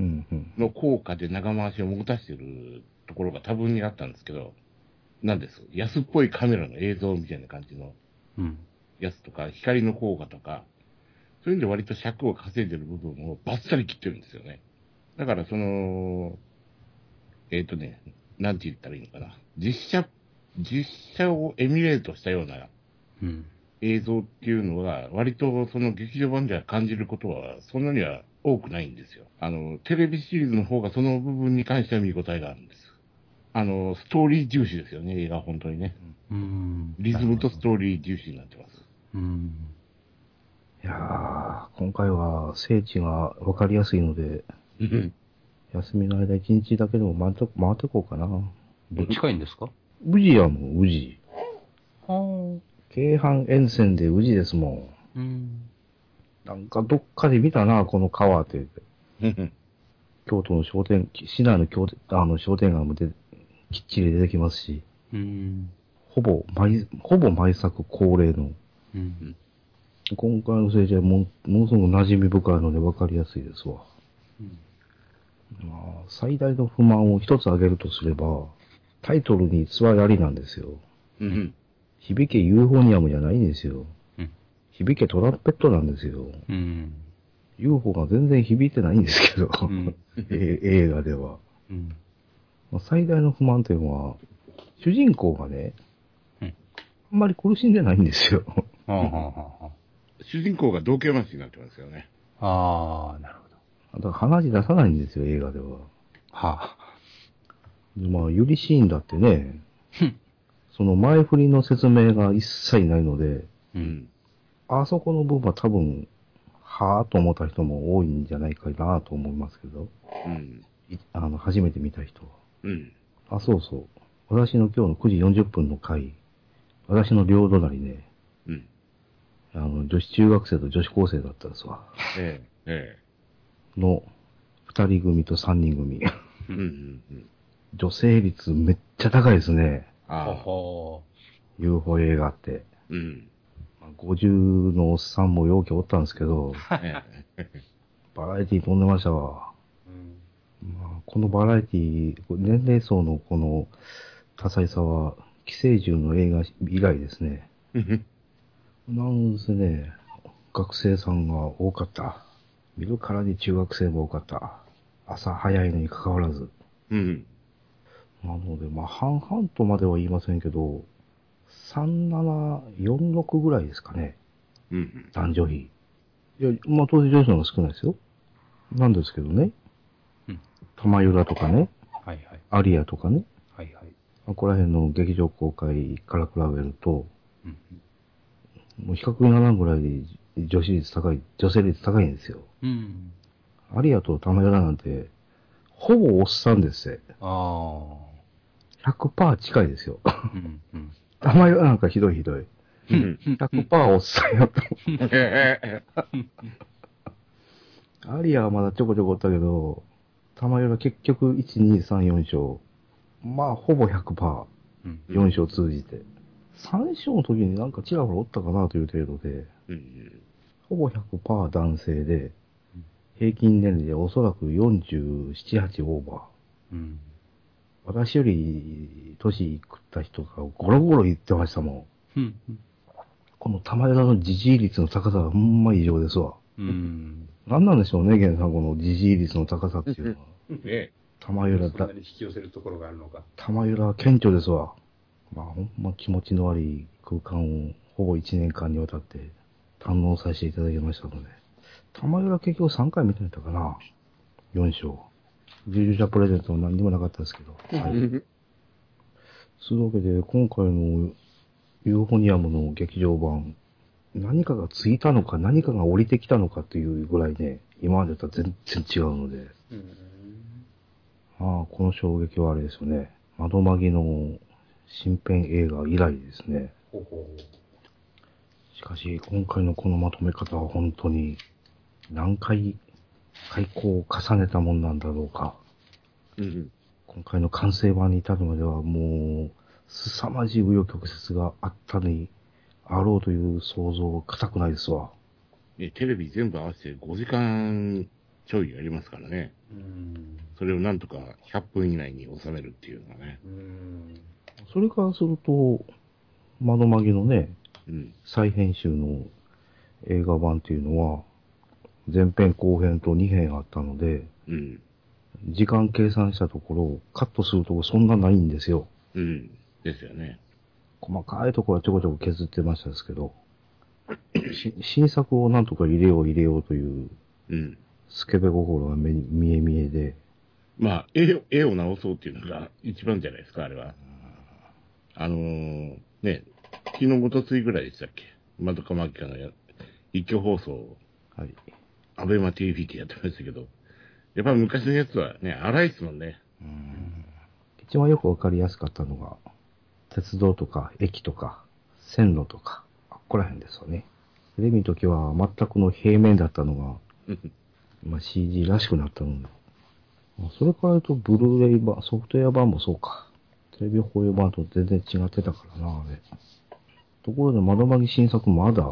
Speaker 3: うん、うん。
Speaker 2: の効果で長回しを持たしてるところが多分にあったんですけど、なんです。安っぽいカメラの映像みたいな感じの
Speaker 4: うん。
Speaker 2: やつとか、光の効果とか、そういうんで割と尺を稼いでる部分をバッサリ切ってるんですよね。だからその、えっ、とね、なんて言ったらいいのかな。実写、実写をエミュレートしたような
Speaker 4: うん。
Speaker 2: 映像っていうのは、割とその劇場版では感じることは、そんなには多くないんですよ。あの、テレビシリーズの方がその部分に関しては見応えがあるんです。あの、ストーリー重視ですよね、映画は本当にね。
Speaker 4: うん。
Speaker 2: リズムとストーリー重視になってます。
Speaker 4: うん。
Speaker 3: いやー、今回は聖地がわかりやすいので、
Speaker 2: うん
Speaker 3: 休みの間一日だけでも回って回ってこうかな。
Speaker 4: どっちがいいんですか
Speaker 3: 宇治やもん、宇治。
Speaker 4: ああ。う
Speaker 3: 京阪沿線で宇治ですもん。
Speaker 4: ん。
Speaker 3: なんかどっかで見たな、この川って。
Speaker 2: うん
Speaker 3: 京都の商店、市内の京あの商店街もできっちり出てきますし、
Speaker 4: うん。
Speaker 3: ほぼ毎、ほぼ毎作恒例の。
Speaker 4: うん。
Speaker 3: 今回の聖地はもものすごく馴染み深いので分かりやすいですわ。まあ、最大の不満を一つ挙げるとすれば、タイトルに偽りありなんですよ。
Speaker 2: うん
Speaker 3: 響けユーフォニアムじゃないんですよ。
Speaker 4: うん
Speaker 3: 響けトランペットなんですよ。
Speaker 4: うん。
Speaker 3: UFO が全然響いてないんですけど、
Speaker 4: ん
Speaker 3: え映画では。
Speaker 4: うん。
Speaker 3: まあ最大の不満点は、主人公がね、
Speaker 4: うん
Speaker 3: あんまり苦しんでないんですよ。
Speaker 4: ああ、は
Speaker 2: 主人公が同系マスになってますよね。
Speaker 4: あ、はあ。ああ、なるほど。
Speaker 3: だから話出さないんですよ、映画では。
Speaker 4: は
Speaker 3: でまあ、ユリシーンだってね
Speaker 4: うん、
Speaker 3: その前振りの説明が一切ないので、
Speaker 4: う。
Speaker 2: うんん。
Speaker 3: あそこの部分は多分、はぁと思った人も多いんじゃないかなと思いますけど、
Speaker 2: うん。
Speaker 3: いあの、初めて見た人は。
Speaker 2: うん。
Speaker 3: あ、そうそう。私の今日の9時40分の回、私の両隣ね、
Speaker 2: うん。
Speaker 3: あの、女子中学生と女子高生だったんですわ。
Speaker 2: ええ。え
Speaker 3: の、二人組と三人組。
Speaker 2: え。うん。うん。うん。
Speaker 3: 女性率めっちゃ高いですね。
Speaker 4: あ
Speaker 2: ああ。
Speaker 4: は
Speaker 3: UFO 映画って。
Speaker 2: うん。
Speaker 3: まあ50のおっさんも容器おったんですけど、
Speaker 2: ええ。
Speaker 3: バラエティ飛んでましたわ。
Speaker 4: うん。
Speaker 3: まあ、このバラエティ、年齢層のこの多彩さは、寄生獣の映画以外ですね。
Speaker 2: うん
Speaker 3: なんですね、学生さんが多かった。見るからに中学生も多かった。朝早いのに関わらず。
Speaker 2: うん。
Speaker 3: なので、まあ、半々とまでは言いませんけど、37、46ぐらいですかね、
Speaker 2: うん。
Speaker 3: 男女比。いや、まあ、当然女子の方が少ないですよ。なんですけどね。
Speaker 4: うん
Speaker 3: 玉浦とかね、
Speaker 4: はいはい。
Speaker 3: アリアとかね、
Speaker 4: はいはい。
Speaker 3: ここら辺の劇場公開から比べると、
Speaker 4: うん。
Speaker 3: もう比較にならんぐらいで女子率高い、女性率高いんですよ。
Speaker 4: うん。
Speaker 3: アリアと玉浦なんて、ほぼおっさんですね。
Speaker 4: あ
Speaker 3: 100%近いですよ。
Speaker 4: あ。うん。うん。
Speaker 3: 玉浦なんかひどいひどい。
Speaker 2: うん。
Speaker 3: 100%おっさんやと
Speaker 2: ええええ。
Speaker 3: アリアはまだちょこちょこおったけど、玉よは結局、1、2、3、4章。まあ、ほぼ100%、
Speaker 4: うん。
Speaker 3: 4章通じて。3章の時になんかちらほらおったかなという程度で、
Speaker 2: うん。
Speaker 3: ほぼ100%男性で
Speaker 4: うん、
Speaker 3: 平均年齢でおそらく47、8オーバー。
Speaker 4: うん。
Speaker 3: 私より年いくった人がゴロゴロ言ってましたもん。
Speaker 4: うん。
Speaker 3: この玉よの自治率の高さはほんま異常ですわ。
Speaker 4: うん。
Speaker 3: 何なんでしょうね、源さん、この自治率の高さっていうのは。
Speaker 2: え
Speaker 3: 玉よ
Speaker 4: そ
Speaker 3: だ
Speaker 4: んな、に引き寄せるところがあるのか。
Speaker 3: 玉浦は顕著ですわ。まあ、ほんま気持ちの悪い空間をほぼ1年間にわたって堪能させていただきましたので。玉浦は結局3回見てみたかな。4章。重々者プレゼントも何にもなかったですけど。
Speaker 2: え。
Speaker 3: はい。そういうわけで、今回のユーフォニアムの劇場版、何かがついたのか何かが降りてきたのかというぐらいね、今までとは全然違うので。
Speaker 4: うん。
Speaker 3: ああ、この衝撃はあれですよね。窓まぎの新編映画以来ですね。
Speaker 4: ほうほう。
Speaker 3: しかし、今回のこのまとめ方は本当に何回開口を重ねたもんなんだろうか。
Speaker 2: うん。
Speaker 3: 今回の完成版に至るまではもう、凄まじい紆余曲折があったにあろうという想像は固くないですわ。
Speaker 2: ね、テレビ全部合わせて5時間ちょいやりますからね。
Speaker 4: うん。
Speaker 2: それをなんとか100分以内に収めるっていうのがね。
Speaker 4: うん。
Speaker 3: それからすると、窓まぎのね、
Speaker 2: うん。
Speaker 3: 再編集の映画版っていうのは、前編後編と2編あったので、
Speaker 2: うん。
Speaker 3: 時間計算したところ、カットするとこそんなないんですよ。
Speaker 2: うん。ですよね。
Speaker 3: 細かいところはちょこちょこ削ってましたですけど、し新作をなんとか入れよう入れようという、
Speaker 2: うん。
Speaker 3: スケベ心が目に見え見えで、
Speaker 2: まあ、絵を、絵を直そうっていうのが一番じゃないですか、あれは。あのーね、昨日ごとついぐらいでしたっけまどかまきかのや一挙放送、
Speaker 3: はい。
Speaker 2: アベマ TV ってやってましたけど、やっぱり昔のやつはね、荒いですもんね。
Speaker 3: 一番よくわかりやすかったのが、鉄道とか駅とか線路とか、ここら辺ですよね。テレビの時は全くの平面だったのが、まあ、CG らしくなったので。まあそれから言うと、ブルーレイ版、ソフトウェア版もそうか。テレビ放映版と全然違ってたからな、あれ。ところで、窓マギ新作まだ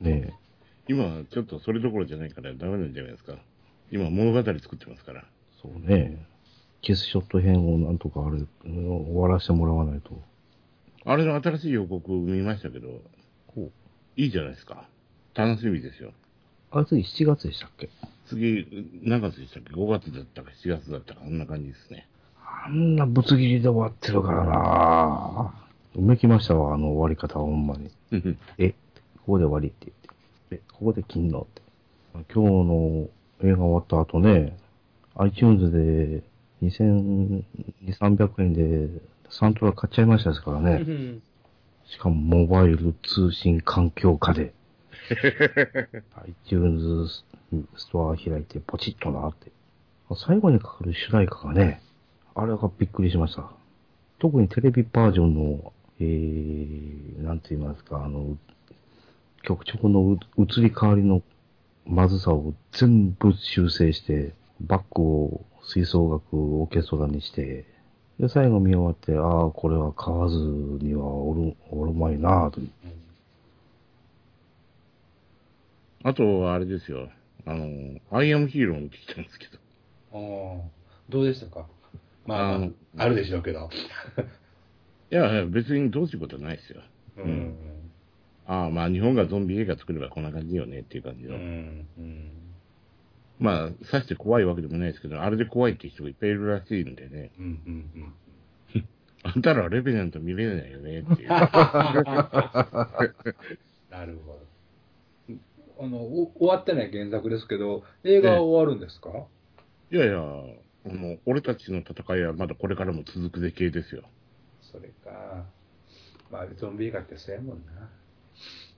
Speaker 3: ねえ。
Speaker 2: 今はちょっとそれどころじゃないからダメなんじゃないですか。今物語作ってますから。
Speaker 3: そうね。キスショット編をなんとかあれ、うん終わらせてもらわないと。
Speaker 2: あれの新しい予告を見ましたけど、
Speaker 3: こう。
Speaker 2: いいじゃないですか。楽しみですよ。
Speaker 3: あれ次7月でしたっけ
Speaker 2: 次、何月でしたっけ ?5 月だったか7月だったか、そんな感じですね。
Speaker 3: あんなぶつ切りで終わってるからなぁ。うめきましたわ、あの終わり方はほんまに。
Speaker 2: うん
Speaker 3: え、ここで終わりって言って。え、ここで切んのって。今日の映画終わった後ね、iTunes で2200、300円でサントラ買っちゃいましたですからね。しかもモバイル通信環境下で。iTunes ストア開いてポチッとなって。最後にかかる主題歌がね、あれがびっくりしました。特にテレビバージョンの、えー、なんて言いますか、あの、曲調の移り変わりのまずさを全部修正して、バックを吹奏楽オーケストラにして、で、最後見終わって、ああ、これは買わずにはおる、おるまいなぁと。
Speaker 2: あとはあれですよ。あの、アイアムヒーローも聞いたんですけど。
Speaker 4: ああ、どうでしたかまあ、
Speaker 2: うん
Speaker 4: あるでしょうけど。
Speaker 2: いやいや、別にどうすることはないですよ。
Speaker 4: うん。
Speaker 2: ああ、まあ日本がゾンビ映画作ればこんな感じよねっていう感じ
Speaker 4: う
Speaker 2: の。
Speaker 4: ん。うん。
Speaker 2: まあ、さして怖いわけでもないですけど、あれで怖いって人がいっぱいいるらしいんでね。
Speaker 4: うん。うん。
Speaker 2: あんたらレベナント見れないよねって いう。
Speaker 4: なるほど。あの、お終わってない原作ですけど、映画は終わるんですか、
Speaker 2: いやいや、もう俺たちの戦いはまだこれからも続くぜ系ですよ。
Speaker 4: それか。まあ、ゾンビ映画ってそうやもんな。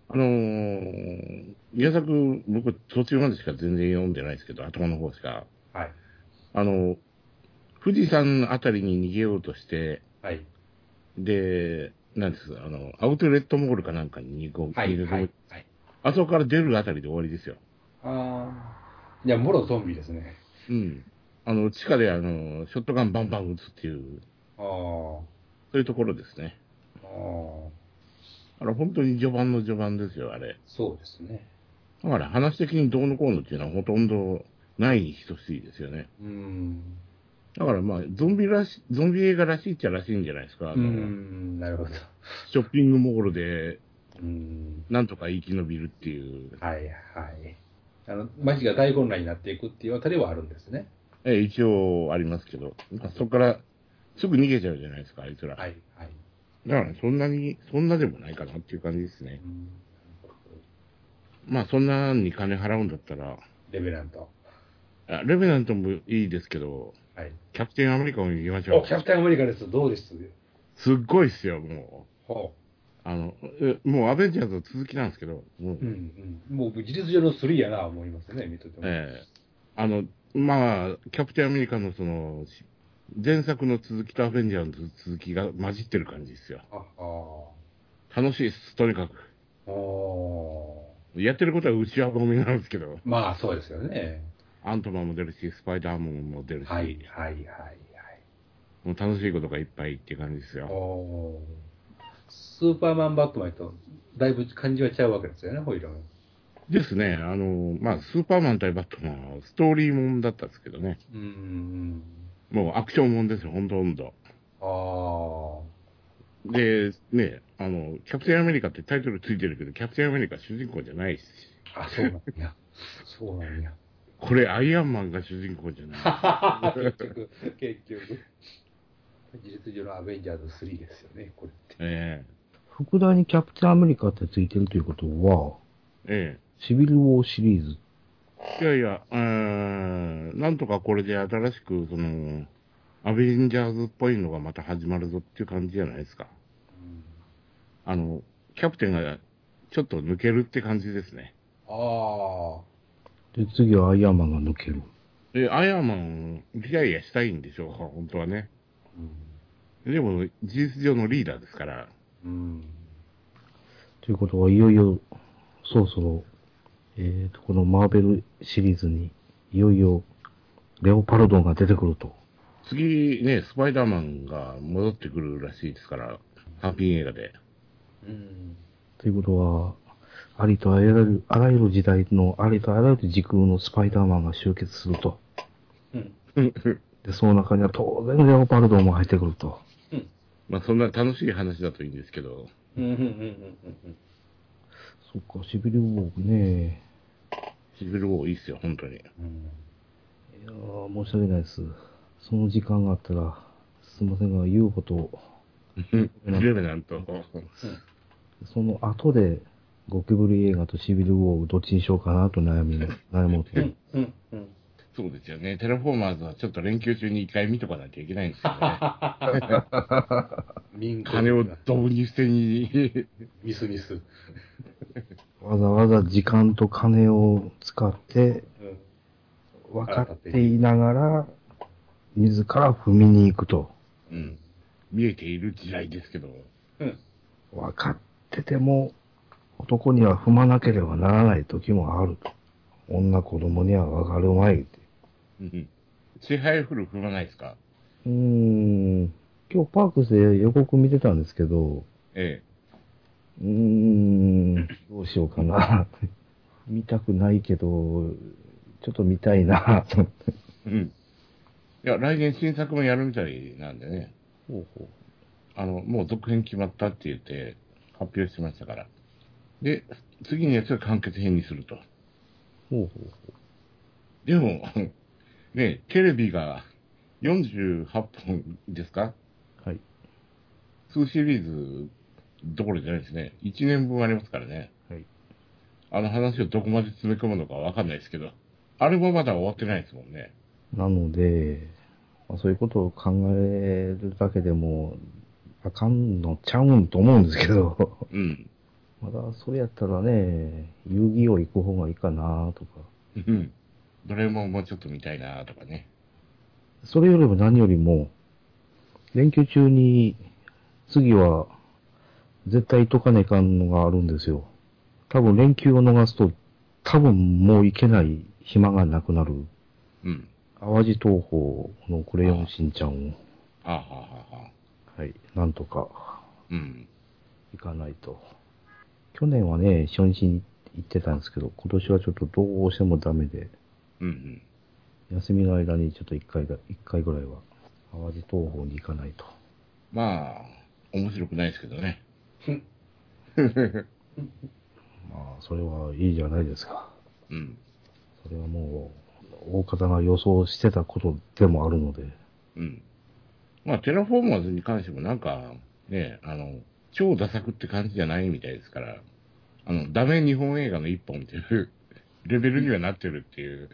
Speaker 2: あのー、原作、僕途中までしか全然読んでないですけど、頭の方しか。
Speaker 4: はい。
Speaker 2: あの、富士山あたりに逃げようとして、
Speaker 4: はい。
Speaker 2: で、なんですあの、アウトレットモールかなんかに逃げ、
Speaker 4: は
Speaker 2: 逃
Speaker 4: い。
Speaker 2: げ込む
Speaker 4: はい。はい、
Speaker 2: あそこから出るあたりで終わりですよ。
Speaker 4: ああ。いや、もろゾンビですね。
Speaker 2: うん。あの、地下で、あの、ショットガンバンバン撃つっていう、
Speaker 4: ああ。
Speaker 2: そういうところですね。
Speaker 4: ああ。
Speaker 2: あの、本当に序盤の序盤ですよ、あれ。
Speaker 4: そうですね。
Speaker 2: だから話的にどうのこうのっていうのはほとんどないに等しいですよね。
Speaker 4: うん。
Speaker 2: だからまあ、ゾンビらし、ゾンビ映画らしいっちゃらしいんじゃないですか。あ
Speaker 4: う
Speaker 2: の
Speaker 4: ん。なるほど。
Speaker 2: ショッピングモールで、
Speaker 4: うん。
Speaker 2: なんとか生き延びるっていう、
Speaker 4: はいはい。あの、街が大混乱になっていくっていうあたりはあるんですね。
Speaker 2: え一応ありますけど、まあそこからすぐ逃げちゃうじゃないですか、あいつら。
Speaker 4: はいはい。
Speaker 2: だからそんなに、そんなでもないかなっていう感じです
Speaker 4: う
Speaker 2: ね。
Speaker 4: ん
Speaker 2: まあ、そんなんに金払うんだったら、
Speaker 4: レベラント。
Speaker 2: あレベナントもいいですけど、
Speaker 4: はい。
Speaker 2: キャプテンアメリカも見ましょ
Speaker 4: お、
Speaker 2: う
Speaker 4: キ。ャプテンアメリカです。どうです
Speaker 2: すっごいっすよ、も
Speaker 4: ほ
Speaker 2: う。あの、えもうアベンジャーズの続きなんですけど、もう
Speaker 4: う。うんうん。もう事実上の3やな、思いますね、見とても。
Speaker 2: ええあの、まあ、キャプテンアメリカのその、し前作の続きとアベンジャーズの続きが混じってる感じですよ。
Speaker 4: ああ。
Speaker 2: 楽しいっす、とにかく。
Speaker 4: お
Speaker 2: やってることは内輪込みなんですけど、
Speaker 4: ーまあ、そうですよね。
Speaker 2: アントマンも出るし、スパイダーマンも出るし、
Speaker 4: はいはいはい
Speaker 2: もう楽しいことがいっぱいっていう感じです
Speaker 4: はい。
Speaker 2: よ。
Speaker 4: おースーパーマンバットマンとだいぶ感じはちゃうわけですよね、ホイールも
Speaker 2: ですね、あの、まあ、スーパーマン対バットマンはストーリーもんだったんですけどね。
Speaker 4: うんうん。
Speaker 2: もうアクションもんですよ、ほんとほんと。
Speaker 4: ああ。
Speaker 2: で、ね、あの、キャプテンアメリカってタイトルついてるけど、キャプテンアメリカ主人公じゃないし、
Speaker 4: あ、そうなんや。そうなんや。
Speaker 2: これアイアンマンが主人公じゃない。
Speaker 1: 結局、結局。事実上のアベンジャーズ3ですよね、これ って。
Speaker 2: え
Speaker 3: 副題にキャプテンアメリカってついてるということは、
Speaker 2: ええ
Speaker 3: シビルウォーシリーズ。
Speaker 2: え。いやいや、うーん、なんとかこれで新しく、その、アベンジャーズっぽいのがまた始まるぞっていう感じじゃないですか。あの、キャプテンがちょっと抜けるって感じですね。
Speaker 1: ああ。
Speaker 3: で、次はアイアンマンが抜ける。
Speaker 2: で、アイアンマン、リタイアしたいんでしょうか、本当はね。でも、事実上のリーダーですから、
Speaker 1: うん。
Speaker 3: ということは、いよいよ、そろそろ、えーと、このマーベルシリーズに、いよいよ、レオパルドンが出てくると。
Speaker 2: 次ね、スパイダーマンが戻ってくるらしいですから、ハッピー映画で。
Speaker 1: うん。
Speaker 3: ということは、ありとあらゆる、あらゆる時代の、ありとあらゆる時空のスパイダーマンが集結すると。
Speaker 1: うん。
Speaker 3: で、その中には当然レオパルドンも入ってくると。
Speaker 2: まあ、そんな楽しい話だといいんですけど、
Speaker 1: うん。うん。うん。うん。
Speaker 3: そっか、シビルウォーね。
Speaker 2: シビルウォーいいっすよ、本当に。
Speaker 1: うん。
Speaker 3: いやー、申し訳ないです。その時間があったら、すいませんが、u うと、
Speaker 2: レベなんと。
Speaker 3: その後で、ゴキブリ映画とシビルウォーどっちにしようかなと悩み、悩もう と。
Speaker 1: うん。うん。
Speaker 2: そうですよね。テラフォーマーズはちょっと連休中に一回見とかなきゃいけないんですよね。
Speaker 1: 民間
Speaker 2: 金をドブに捨てに。
Speaker 1: ミスミス。う
Speaker 3: わざわざ時間と金を使って、
Speaker 1: ん。
Speaker 3: 分かっていながら、自ら踏みに行くと。
Speaker 2: うん。見えている時代ですけど。
Speaker 3: 分かってても、男には踏まなければならない時もあると。女子供には分かるまいって。
Speaker 2: うん支配フル踏まないですか
Speaker 3: うーん。今日パークスで予告見てたんですけど、
Speaker 2: え
Speaker 3: うーん、どうしようかな。 見たくないけど、ちょっと見たいなと思って。
Speaker 2: え。うん。いや、来年新作もやるみたいなんでね。
Speaker 3: ほうほう。
Speaker 2: あの、もう続編決まったって言って発表しましたから。で、次のやつは完結編にすると。
Speaker 3: ほうほう。
Speaker 2: でも、 ね、テレビが48本ですか
Speaker 3: はい。
Speaker 2: 2シリーズどころじゃないですね。1年分ありますからね。
Speaker 3: はい。
Speaker 2: あの話をどこまで詰め込むのかわかんないですけど。あれもまだ終わってないですもんね。
Speaker 3: なので、まあ、そういうことを考えるだけでも、あかんのちゃうんと思うんですけど、
Speaker 2: うん。
Speaker 3: まだそれやったらね、遊戯王行く方がいいかなとか。
Speaker 2: うん。 どれももうちょっと見たいなとかね。
Speaker 3: それよりも何よりも、連休中に、次は、絶対行っとかねえかんのがあるんですよ。多分連休を逃すと、多分もう行けない暇がなくなる。
Speaker 2: うん。
Speaker 3: 淡路東宝のクレヨンしんちゃんを、
Speaker 2: はあ、はあはあはあ、
Speaker 3: はい、なんとか
Speaker 2: うん。
Speaker 3: 行かないと。去年はね、初日に行ってたんですけど、今年はちょっとどうしてもダメで、
Speaker 2: うんうん。
Speaker 3: 休みの間にちょっと一回だ、一回ぐらいは、淡路東宝に行かないと。
Speaker 2: まあ、面白くないですけどね。
Speaker 3: まあ、それはいいじゃないですか。
Speaker 2: うん。
Speaker 3: それはもう、大方が予想してたことでもあるので、
Speaker 2: うん。まあ、テラフォーマーズに関してもなんか、ね、あの、超ダ作って感じじゃないみたいですから、あの、ダメ日本映画の一本っていう レベルにはなってるっていう。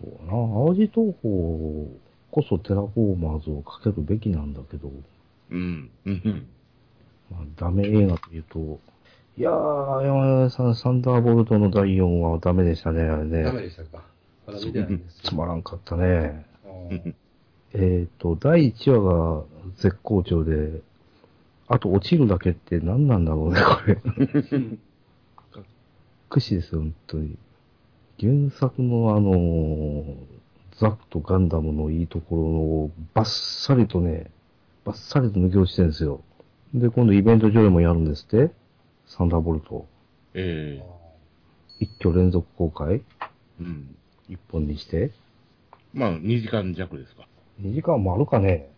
Speaker 3: そうな、淡路東宝こそテラフォーマーズをかけるべきなんだけど、
Speaker 2: うん。うん。
Speaker 3: まあ、ダメ映画というと、いやー、山田さん、サンダーボルトの第4はダメでしたね、あれ
Speaker 1: ダメ
Speaker 3: ね。
Speaker 1: でしたか。まだ見てないんです。
Speaker 3: つまらんかったね。
Speaker 1: あー
Speaker 3: えっ、と、第1話が絶好調で、あと落ちるだけって何なんだろうね、これ。
Speaker 1: うん
Speaker 3: 屈指ですよ、本当に。原作のあのーザクとガンダムのいいところをバッサリとね、バッサリと抜け落ちてるんですよ。で、今度イベント上でもやるんですってサンダーボルト。
Speaker 2: ええ
Speaker 3: 一挙連続公開
Speaker 2: うん。
Speaker 3: 一本にして。
Speaker 2: まあ、2時間弱ですか。
Speaker 3: 2時間もあるかね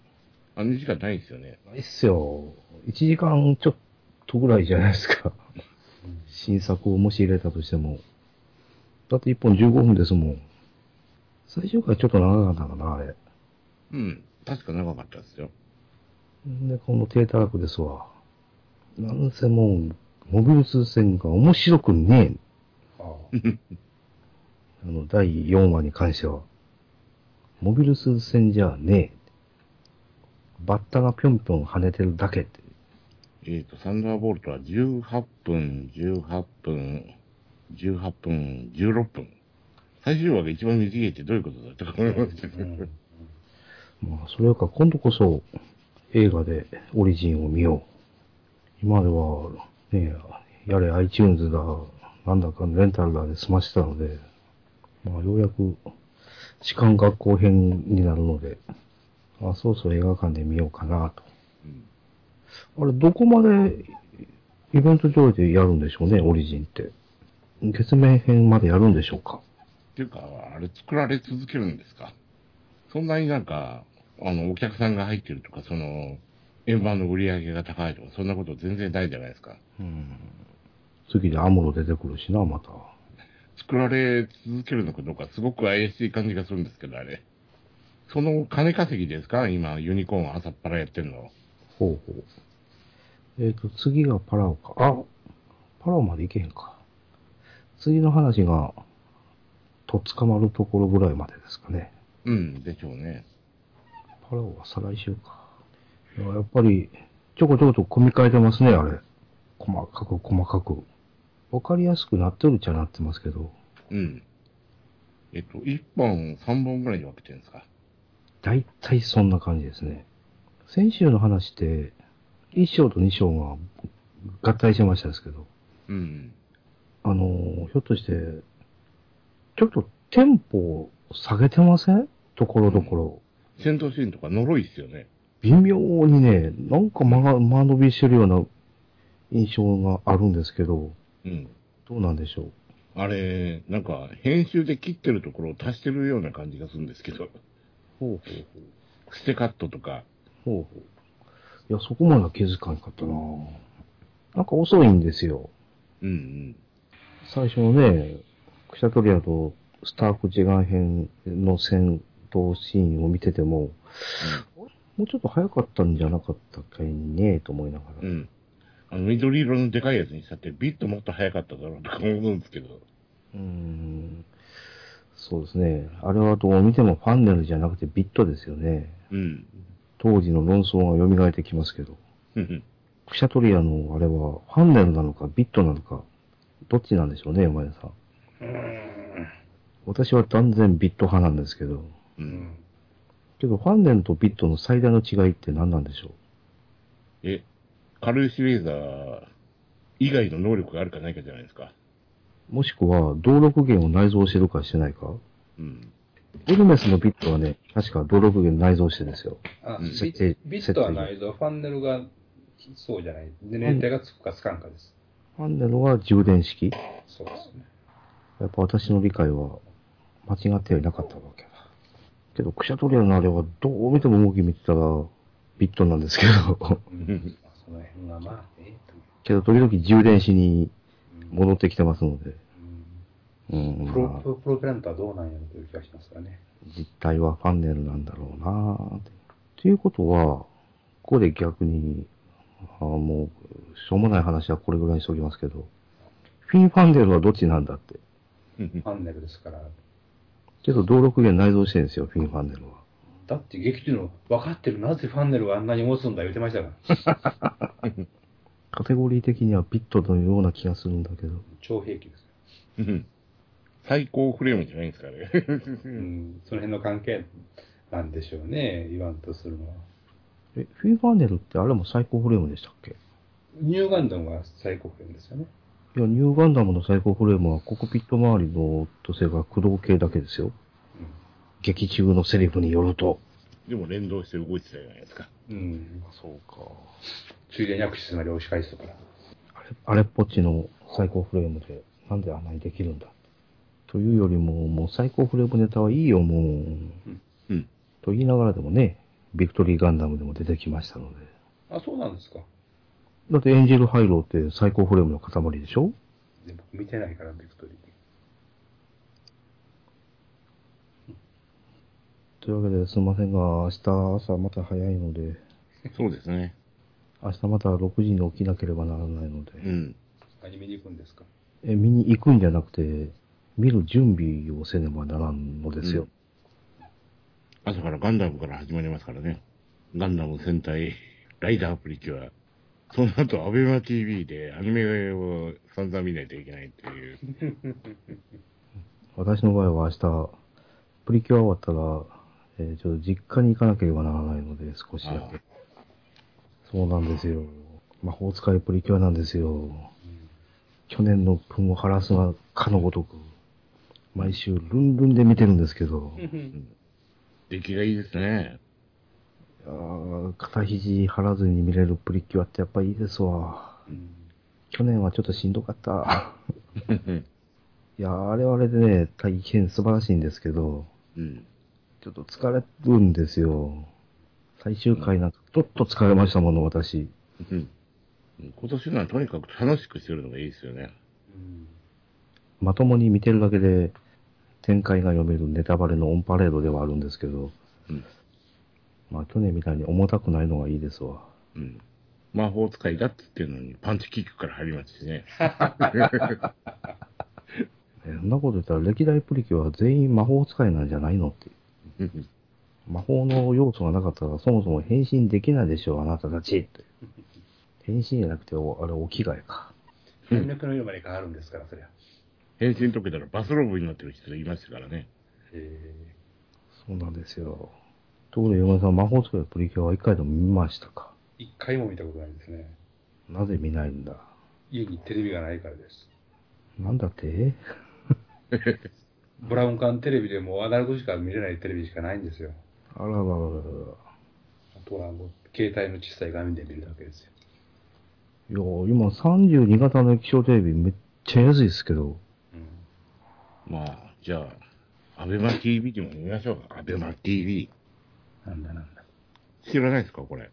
Speaker 2: あ、2時間ないですよね。
Speaker 3: ないっすよ。1時間ちょっ とぐらいじゃないですか。新作をもし入れたとしても。だって1本15分ですもん。最初からちょっと長かったかな、あれ。
Speaker 2: うん。確か長かったですよ。
Speaker 3: で、この低たらくですわ。なんせもう、モビルス戦が面白くね
Speaker 1: あ
Speaker 3: え。あの、第4話に関しては。モビルスーツ戦じゃねえ。バッタがぴょんぴょん跳ねてるだけって。
Speaker 2: えっ、と、サンダーボルトは18分、18分、18分、16分。最終話が一番短いってどういうことだとか思いましたけ
Speaker 1: う
Speaker 2: ど
Speaker 1: ん
Speaker 3: まあ、それか、今度こそ映画でオリジンを見よう。今までは、ねえ、やれ iTunes だ、なんだかレンタルだで済ましてたので、まあ、ようやく、士官学校編になるので、あ、そうそう映画館で見ようかなと。
Speaker 2: うん
Speaker 3: あれ、どこまでイベント上映でやるんでしょうね、オリジンって。月面編までやるんでしょうか。
Speaker 2: っていうか、あれ作られ続けるんですかそんなになんか、あの、お客さんが入ってるとか、その、円盤の売り上げが高いとか、そんなこと全然ないじゃないですか。
Speaker 3: 次でアムロ出てくるしな、また。
Speaker 2: 作られ続けるのかどうか、すごく怪しい感じがするんですけど、あれ。その金稼ぎですか今、ユニコーン朝っぱらやってるの。
Speaker 3: ほうほう。えっ、と、次がパラオか。あ、パラオまで行けへんか。次の話が、とっ捕まるところぐらいまでですかね。
Speaker 2: うん、でしょうね。
Speaker 3: パラオは再来週か。いややっぱり、ちょこちょこと組み替えてますね、あれ。細かく細かく。わかりやすくなってるっちゃなってますけど、
Speaker 2: うん。えっと、1本、3本ぐらいに分けてるんですか
Speaker 3: だいたいそんな感じですね。先週の話って、1章と2章が合体してましたですけど、
Speaker 2: うん。
Speaker 3: あのー、ひょっとして、ちょっとテンポを下げてませんところどころ。
Speaker 2: 戦闘シーンとか呪いですよね。
Speaker 3: 微妙にね、なんか間が間延びしてるような印象があるんですけど、
Speaker 2: うん。
Speaker 3: どうなんでしょう。
Speaker 2: あれ、なんか、編集で切ってるところを足してるような感じがするんですけど、
Speaker 3: ほう
Speaker 2: 捨てカットとか、
Speaker 3: ほう。ほうほう。いや、そこまでは気づかなかったななんか遅いんですよ。
Speaker 2: うん
Speaker 3: 最初のね、クシャトリアとスターク時間編の戦闘シーンを見てても、もうちょっと早かったんじゃなかったっけねと思いながら。
Speaker 2: うん、うん。あの、緑色のでかいやつにしたって、ビッともっと早かっただろうとか思うんですけど、
Speaker 3: うーんそうですね。あれはどう見てもファンネルじゃなくてビットですよね。
Speaker 2: うん。
Speaker 3: 当時の論争が蘇ってきますけど。
Speaker 2: うん
Speaker 3: クシャトリアのあれはファンネルなのかビットなのか、どっちなんでしょうね、山根さん。私は断然ビット派なんですけど。
Speaker 2: う。
Speaker 1: うんん
Speaker 3: けどファンネルとビットの最大の違いって何なんでしょう
Speaker 2: え、軽石レーザー以外の能力があるかないかじゃないですか。
Speaker 3: もしくは、動力源を内蔵してるかしてないか
Speaker 2: うん。
Speaker 3: エルメスのビットはね、確か動力源内蔵してですよ。
Speaker 1: あ
Speaker 2: うん
Speaker 1: ビ
Speaker 3: 設定
Speaker 1: ビットはないぞ、ファンネルがそうじゃない、で年体がつくかつかんかです。
Speaker 3: ファンネルは充電式
Speaker 1: そうですね。
Speaker 3: やっぱ私の理解は間違ってはいなかったわけだ。けど、クシャトリアのあれはどう見ても動き見てたらビットなんですけど、
Speaker 2: ん
Speaker 1: まあその辺はまあ、ええと思
Speaker 3: けど時々充電しに
Speaker 1: う
Speaker 3: 戻ってきてますので、
Speaker 1: う
Speaker 3: うん、
Speaker 1: んプ
Speaker 3: ま
Speaker 1: ロ
Speaker 3: あ
Speaker 1: プロプロペラントはどうなんやろという気がしますがね。
Speaker 3: 実態はファンネルなんだろうなぁって。ということは、ここで逆に、あもう、しょうもない話はこれぐらいにしておきますけど、フィン・ファンネルはどっちなんだって。
Speaker 2: うん
Speaker 1: ファンネルですから。
Speaker 3: けど、動力源内蔵してるんですよ、フィン・ファンネルは。
Speaker 1: だって劇中の分かってる、なぜファンネルはあんなに持つんだ言ってましたから。
Speaker 3: カテゴリー的にはビットのような気がするんだけど。
Speaker 1: 超兵器です。
Speaker 2: うん最高フレームじゃないんですかね。
Speaker 1: うん、その辺の関係なんでしょうね、言わんとするのは。
Speaker 3: え、フィン・ファンネルってあれも最高フレームでしたっけ
Speaker 1: ニューガンダムが最高編ですよね。
Speaker 3: いや、ニューガンダムの最高フレームはココピット周りの土星が駆動系だけですよ。劇中のセリフによると。
Speaker 2: でも連動して動いてたじゃないですか。
Speaker 1: うん。うん、
Speaker 3: そうか。
Speaker 1: ついでに握手するなり押し返すとか。
Speaker 3: あれあれっぽっちの最高フレームで、なんであんなにできるんだというよりも、もう最高フレームネタはいいよ、もう。
Speaker 2: うん。
Speaker 3: と言いながらでもね、ビクトリーガンダムでも出てきましたので。
Speaker 1: あ、そうなんですか。
Speaker 3: だってエンジェルハイローって最高フレームの塊でしょ
Speaker 1: で僕見てないから、ビクトリー。
Speaker 3: というわけですいませんが、明日朝また早いので、
Speaker 2: そうですね。
Speaker 3: 明日また6時に起きなければならないので、
Speaker 2: うん。
Speaker 1: アニメに行くんですか
Speaker 3: え見に行くんじゃなくて、見る準備をせねばならんのですよ。
Speaker 2: 朝からガンダムから始まりますからね。ガンダム戦隊、ライダープリキュア。その後、アベマ TV でアニメを散々見ないといけないっていう。
Speaker 3: 私の場合は明日、プリキュア終わったら、えーちょっと実家に行かなければならないので、少しだ
Speaker 2: あ
Speaker 3: け。そうなんですよ。魔法使いプリキュアなんですよ。去年の分を晴らすがかのごとく、毎週ルンルンで見てるんですけど、
Speaker 2: 出来がいいですね。
Speaker 3: あー肩肘張らずに見れるプリキュアってやっぱいいですわ。去年はちょっとしんどかった。いやー、あれはあれでね、大変素晴らしいんですけど、
Speaker 2: うん。
Speaker 3: ちょっと疲れるんですよ。最終回なんか、ちょっと疲れましたもの、私。
Speaker 2: うん今年のはとにかく楽しくしてるのがいいですよね。
Speaker 3: まともに見てるだけで、展開が読めるネタバレのオンパレードではあるんですけど、
Speaker 2: うん
Speaker 3: まあ、去年みたいに重たくないのがいいですわ。
Speaker 2: うん。魔法使いだって言ってるのにパンチキックから入りますしね。
Speaker 3: えそんなこと言ったら、歴代プリキュアは全員魔法使いなんじゃないの って。
Speaker 2: うん
Speaker 3: 魔法の要素がなかったら、そもそも変身できないでしょう、あなたたちって。変身じゃなくて、おあれ、お着替えか。
Speaker 1: 髪の毛の色まで変わるんですから、そりゃ。
Speaker 2: 変身解けたらバスローブになってる人いましたからね。
Speaker 1: え
Speaker 3: そうなんですよ。ところで、山田さん、魔法使いプリキュアは一回でも見ましたか
Speaker 1: ー、一回も見たことないですね。
Speaker 3: なぜ見ないんだ
Speaker 1: 家にテレビがないからです。
Speaker 3: なんだって
Speaker 1: ブラウン管テレビでもうアナログしか見れないテレビしかないんですよ。
Speaker 3: あらららららら。
Speaker 1: あとはもう携帯の小さい画面で見るだけですよ。
Speaker 3: いや、今32型の液晶テレビめっちゃ安いですけど、
Speaker 1: うん、
Speaker 2: まあ、じゃあ、アベマ TV でも見ましょうか。アベマ TV。
Speaker 4: なんだなんだ。
Speaker 2: 知らないですかこれ。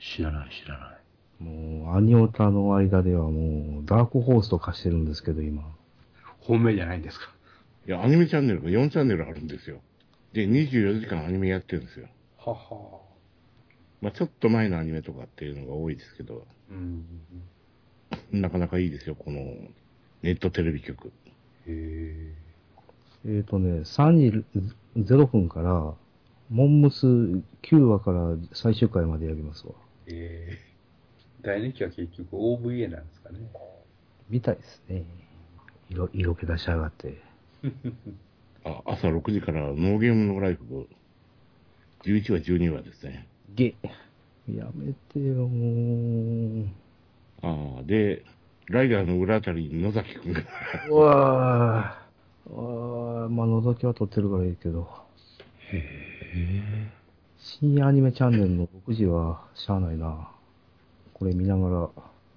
Speaker 4: 知らない知らない。
Speaker 3: もうアニオタの間ではもうダークホースと化してるんですけど、今。
Speaker 4: 本命じゃないんですか。
Speaker 2: いや、アニメチャンネルが4チャンネルあるんですよ。で、24時間アニメやってるんですよ。
Speaker 1: はは。
Speaker 2: まあ、ちょっと前のアニメとかっていうのが多いですけど、
Speaker 1: うん。
Speaker 2: なかなかいいですよ、このネットテレビ局。
Speaker 1: へえ。
Speaker 3: えっ、ー、とね、3時0分から、モンムス9話から最終回までやりますわ。
Speaker 1: えー、 大人気は結局 OVA なんですかね。
Speaker 3: みたいですね。色、色気出しやがって。
Speaker 2: あ朝6時からノーゲームのライフ11話、12話ですね。
Speaker 3: ゲやめてよ、も
Speaker 2: ああ、で、ライダーの裏あたりに野崎くんが
Speaker 3: う。うわぁ。あーまあ、覗きは撮ってるからいいけど。深夜アニメチャンネルの6時はしゃあないな。これ見ながら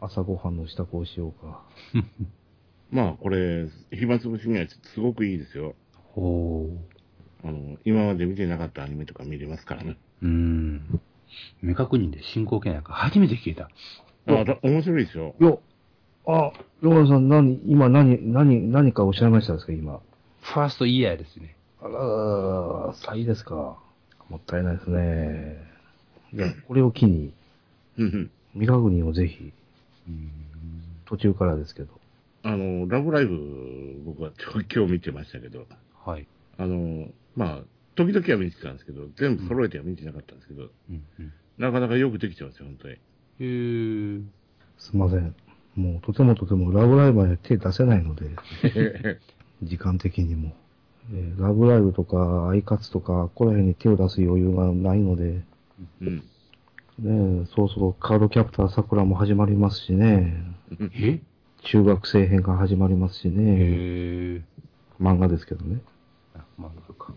Speaker 3: 朝ごはんの支度をしようか。
Speaker 2: まあ、これ、暇つぶしにはすごくいいですよ。
Speaker 4: ほ
Speaker 2: あの、今まで見てなかったアニメとか見れますからね。
Speaker 4: う。うーん。未確認で進行形やんか。初めて聞いた。
Speaker 2: あだ面白いですよ。
Speaker 3: よあ、ヨガさん、何、今何、何、何かおっしゃいましたですか、今。
Speaker 4: ファーストイヤーですね。
Speaker 3: あら、浅いですか。もったいないですね。
Speaker 2: うん
Speaker 3: これを機に、
Speaker 2: うん
Speaker 3: 未確認をぜひ、
Speaker 4: うん。
Speaker 3: 途中からですけど。
Speaker 2: あの、ラブライブ、僕は今日今日見てましたけど、
Speaker 4: はい。
Speaker 2: あの、まあ、時々は見てたんですけど、全部揃えては見てなかったんですけど、
Speaker 4: うんうん。
Speaker 2: なかなかよくできてますよ、本当に。
Speaker 4: へー。
Speaker 3: すいません。もうとてもとてもラブライブは手出せないの で、時間的にも。えーラブライブとか、アイカツとか、ここら辺に手を出す余裕がないので、
Speaker 2: うん。
Speaker 3: ねえ、そろそろカードキャプター桜も始まりますしね、
Speaker 4: え
Speaker 3: 中学生編が始まりますし
Speaker 4: へ
Speaker 3: ね、
Speaker 4: ー。
Speaker 3: 漫画ですけどね。
Speaker 4: あ、漫画か。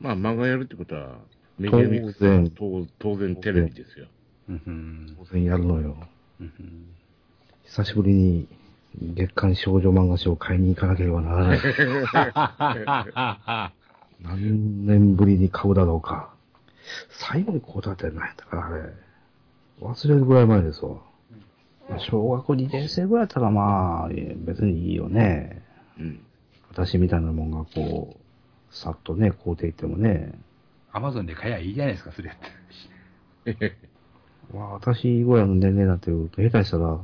Speaker 2: まあ、漫画やるってことは、メディアミックス
Speaker 3: 当然
Speaker 2: 当当然テレビですよ。
Speaker 4: うんうん
Speaker 3: 当然やるのよ。
Speaker 4: うんうん。
Speaker 3: 久しぶりに月刊少女漫画誌を買いに行かなければならない。 何年ぶりに買うだろうか。最後にこうだって何やったかな、あれ。忘れるぐらい前ですわ。まあ小学校2年生ぐらいだったらまあ、え別にいいよね。
Speaker 2: うん。
Speaker 3: 私みたいなもんがこう、さっとね、校庭行ってもね、
Speaker 4: アマゾンで買えばいいじゃないですか、それやって。
Speaker 3: まあ、私ぐらいの年齢になってると、下手したら、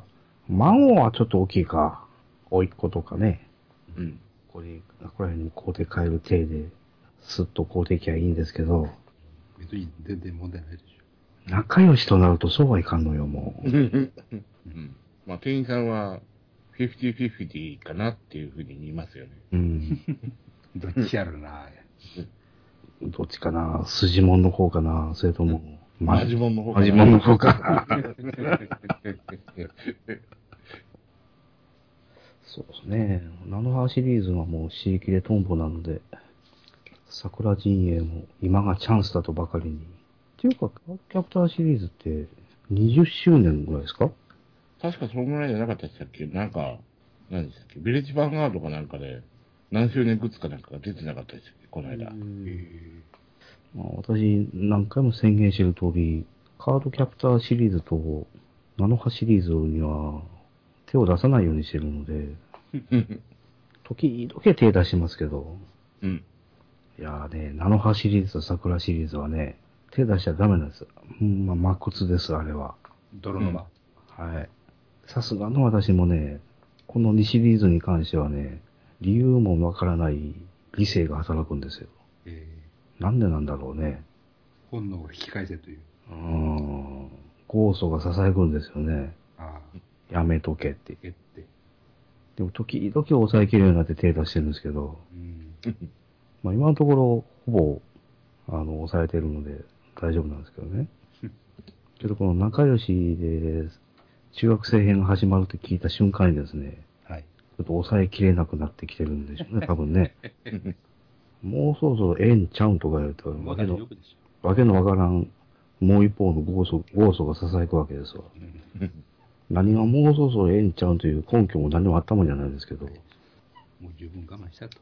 Speaker 3: 孫はちょっと大きいか、甥っ子とかね、
Speaker 2: うん。
Speaker 3: これ、ここら辺に買うて買える体で、すっと買うてきゃいいんですけど、
Speaker 4: 別に全然問題ないでし
Speaker 3: 仲良しとなるとそうはいかんのよ、もう。
Speaker 2: うん。まあ、店員さんは、50-50かなっていうふうに言いますよね。
Speaker 3: うん。
Speaker 4: ょ。どっちやろな。
Speaker 3: どっちかな、筋もんの方かな、それとも、
Speaker 2: マジモンの方
Speaker 3: マジもんの方かな。 そうですね。ナノハーシリーズはもう死力でトンボなので、桜陣営も今がチャンスだとばかりに。っていうか、キャプターシリーズって20周年ぐらいですか
Speaker 2: 確かそのぐらいじゃなかったでしたっけなんか、何でしたっけビレッジヴァンガードかなんかで、何周年グッズかなんかが出てなかったでしたっけこの間。
Speaker 3: まあ、私、何回も宣言してる通り、カードキャプターシリーズとナノハシリーズには手を出さないようにしてるので、時々手出しますけど、
Speaker 2: うん。
Speaker 3: いやーね、ナノハシリーズと桜シリーズはね、手出しちゃダメなんです。うん、まあ、真っ骨です、あれは。
Speaker 4: 泥沼。
Speaker 3: はい。さすがの私もね、この2シリーズに関してはね、理由もわからない理性が働くんですよ。
Speaker 4: え
Speaker 3: なんでなんだろうね。
Speaker 4: ー本能を引き返せという。
Speaker 3: うーん。ゴーストが囁くんですよね。
Speaker 4: ああ、
Speaker 3: やめとけって。
Speaker 4: えって。
Speaker 3: でも時々抑えきれるようになって手出してるんですけど、
Speaker 4: うん。
Speaker 3: まあ今のところ、ほぼ、あの、抑えてるので大丈夫なんですけど ね。けどこの仲良しで、中学生編が始まるって聞いた瞬間にですね、
Speaker 4: はい。
Speaker 3: ちょっと抑えきれなくなってきてるんでし ょうね、多分ね。もうそろそろええんちゃうんとか言うと、
Speaker 4: も
Speaker 3: わ
Speaker 4: う
Speaker 3: け
Speaker 4: 大丈
Speaker 3: の
Speaker 4: 夫でし
Speaker 3: わけのわからん、もう一方のゴーソ、ゴーソが囁くわけですわ。
Speaker 4: ょ。うん
Speaker 3: 何がもうそろそろええんちゃうんという根拠も何もあったもんじゃないですけど、
Speaker 4: もう十分我慢したと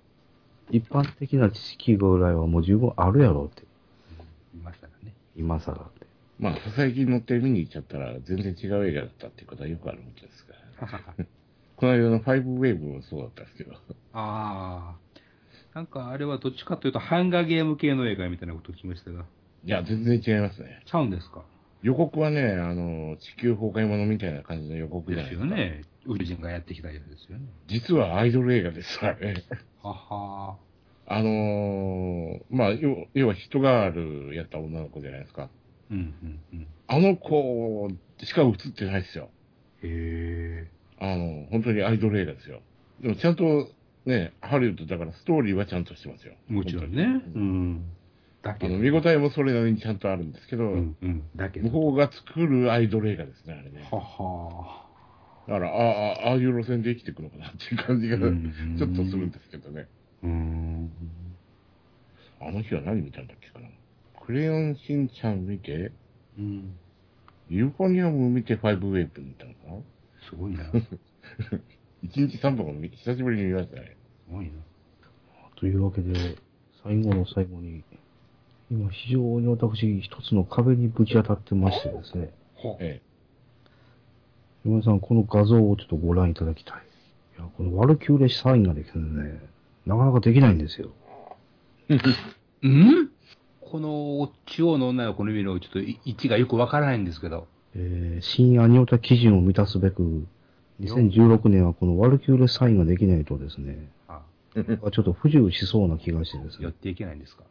Speaker 3: 一般的な知識ぐらいはもう十分あるやろうって、
Speaker 4: 言いました からね。
Speaker 3: 今更って。
Speaker 2: まあ、佐々木に乗って見に行っちゃったら、全然違う映画だったっていうことはよくあることですから。この間のファイブウェーブもそうだったんですけど。
Speaker 4: ああ。なんかあれはどっちかというと、ハンガーゲーム系の映画みたいなことを聞きましたが、
Speaker 2: いや、全然違いますね。
Speaker 4: ちゃうんですか
Speaker 2: 予告はね、あの、地球崩壊ものみたいな感じの予告じゃ
Speaker 4: で
Speaker 2: ないで
Speaker 4: すよ
Speaker 2: すか。
Speaker 4: ね。宇宙人がやってきたやつですよね。
Speaker 2: 実はアイドル映画ですからね。
Speaker 4: はは
Speaker 2: あのーまあ、要要はヒットガールやった女の子じゃないですか。
Speaker 4: うんうんうん。
Speaker 2: あの子しか映ってないですよ。
Speaker 4: へえ。
Speaker 2: あの、本当にアイドル映画ですよ。でもちゃんと、ね、ハリウッドだからストーリーはちゃんとしてますよ。
Speaker 4: もちろんね。
Speaker 2: 本当
Speaker 4: う
Speaker 2: に
Speaker 4: ん。だ
Speaker 2: あ
Speaker 4: けど。
Speaker 2: の、見応えもそれなりにちゃんとあるんですけど、
Speaker 4: うんうん。だけ
Speaker 2: 向
Speaker 4: ど。
Speaker 2: こうが作るアイドル映画ですね、あれね。
Speaker 4: はは
Speaker 2: だから、ああ、ああいう路線で生きていくのかなっていう感じが、
Speaker 4: うん
Speaker 2: ちょっとするんですけどね。
Speaker 4: うん。
Speaker 2: あの日は何見たんだっけかな。クレヨンしんちゃん見て、
Speaker 4: うん。
Speaker 2: ユーフォニアム見てファイブウェイブ見たのかな
Speaker 4: すごいな。す
Speaker 2: 一日三本見久しぶりに見ましたね。
Speaker 4: ごいな。
Speaker 3: というわけで、最後の最後に、今非常に私一つの壁にぶち当たってましてですね、
Speaker 4: ほ
Speaker 2: え
Speaker 3: 山田さん、この画像をちょっとご覧いただきたい。いや、このワルキューレサインができるのね、なかなかできないんですよ。
Speaker 4: うんこの中央の女の子の意味のちょっと位置がよくわからないんですけど。
Speaker 3: えー、新アニオタ基準を満たすべく、2016年はこのワルキューレサインができないとですね、
Speaker 4: あ
Speaker 2: え。
Speaker 3: ちょっと不自由しそうな気がしてです
Speaker 4: 寄っ
Speaker 3: ね、
Speaker 4: ていけないんですか。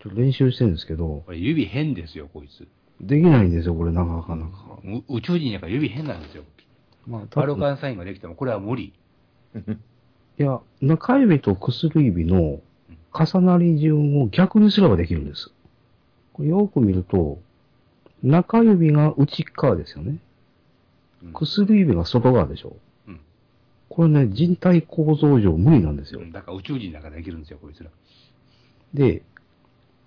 Speaker 3: ちょっと練習してるんですけど、
Speaker 4: これ指変ですよ、こいつ。
Speaker 3: できないんですよ、これなかなか。
Speaker 4: う宇宙人やから指変なんですよ。
Speaker 3: まあ、
Speaker 4: バルカンサインができても、これは無理。
Speaker 3: いや、中指と薬指の重なり順を逆にすればできるんです。これよく見ると、中指が内側ですよね。
Speaker 4: うん
Speaker 3: 薬指が外側でしょ。
Speaker 4: うん
Speaker 3: これね、人体構造上無理なんですよ。
Speaker 4: だから宇宙人だからできるんですよ、こいつら。
Speaker 3: で、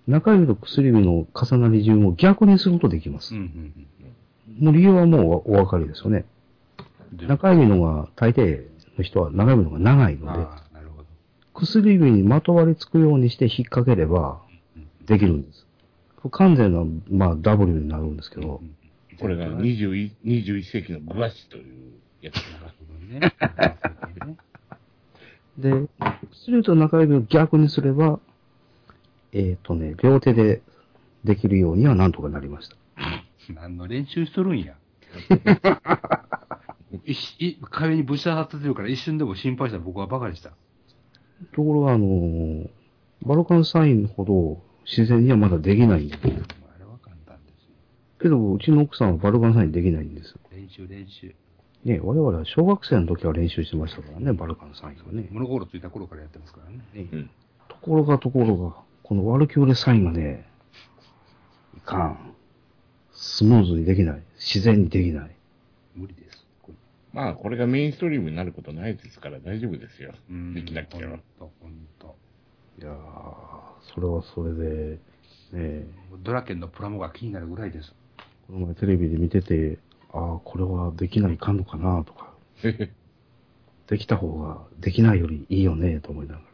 Speaker 3: 中指と薬指の重なり順を逆にするとできます。
Speaker 4: うんうん
Speaker 3: もう理由はもうおお分かりですよね。
Speaker 4: うん。で
Speaker 3: 中指のが、大抵の人は中指のが長いので、
Speaker 4: ああ、なるほど。
Speaker 3: 薬指にまとわりつくようにして引っ掛ければ、
Speaker 4: うん
Speaker 3: できるんです。不完全な、まあ、W になるんですけど
Speaker 4: う、ん
Speaker 2: これが21 21世紀のグワッシというやつです
Speaker 4: な
Speaker 2: か
Speaker 4: る。ほどね。なるほどね
Speaker 3: で、薬指と中指を逆にすれば、えっ、とね、両手でできるようにはなんとかなりました。
Speaker 4: 何の練習しとる んや。い い壁にぶち当たってるから一瞬でも心配した僕はバカでした。
Speaker 3: ところが、あのーバルカンサインほど自然にはまだできないんだけど
Speaker 4: あれは簡単ですよ。
Speaker 3: けど、うちの奥さんはバルカンサインできないんですよ。
Speaker 4: 練習練習。
Speaker 3: ね、我々は小学生の時は練習してましたからね、バルカンサインはね。
Speaker 4: 物心ついた頃からやってますからね。
Speaker 3: ところがところが、このワルキューレサインがね、いかん。スムーズにできない。自然にできない。
Speaker 4: 無理です。これ
Speaker 2: まあ、これがメインストリームになることないですから大丈夫ですよ。
Speaker 4: うん
Speaker 2: できなくては。
Speaker 4: ほんとほんと
Speaker 3: いやー、それはそれで、ねえ、
Speaker 4: ドラケンのプラモが気になるぐらいです。
Speaker 3: この前テレビで見てて、ああ、これはできないかんのかなと か、できた方ができないよりいいよね、と思いながら。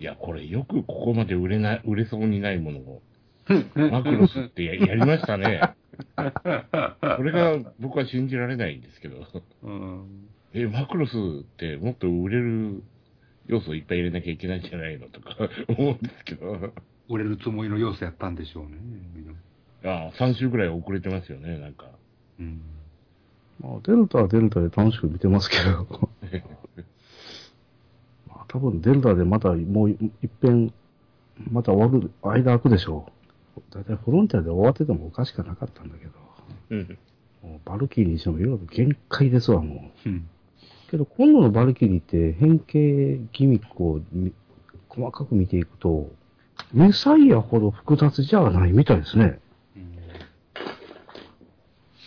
Speaker 2: いや、これよくここまで売れない、売れそうにないものを、マクロスってややりました ね。これが僕は信じられないんですけど。
Speaker 4: うん。
Speaker 2: え、マクロスってもっと売れる要素をいっぱい入れなきゃいけないんじゃないのとか 思うんですけど。
Speaker 4: 売れるつもりの要素やったんでしょうね。
Speaker 2: ああ、3週ぐらい遅れてますよね、なんか。
Speaker 4: うん。
Speaker 3: まあ、デルタはデルタで楽しく見てますけど。まあ、多分デルタでまたもういいっぺん、また終わる、間空くでしょう。だいたいフロンティアで終わっててもおかしくはなかったんだけど。
Speaker 2: うん。
Speaker 3: もうバルキリーにしてもいろいろ限界ですわ、も
Speaker 4: うん。
Speaker 3: う。けど今度のバルキリーって変形ギミックをみ細かく見ていくと、メサイアほど複雑じゃないみたいですね。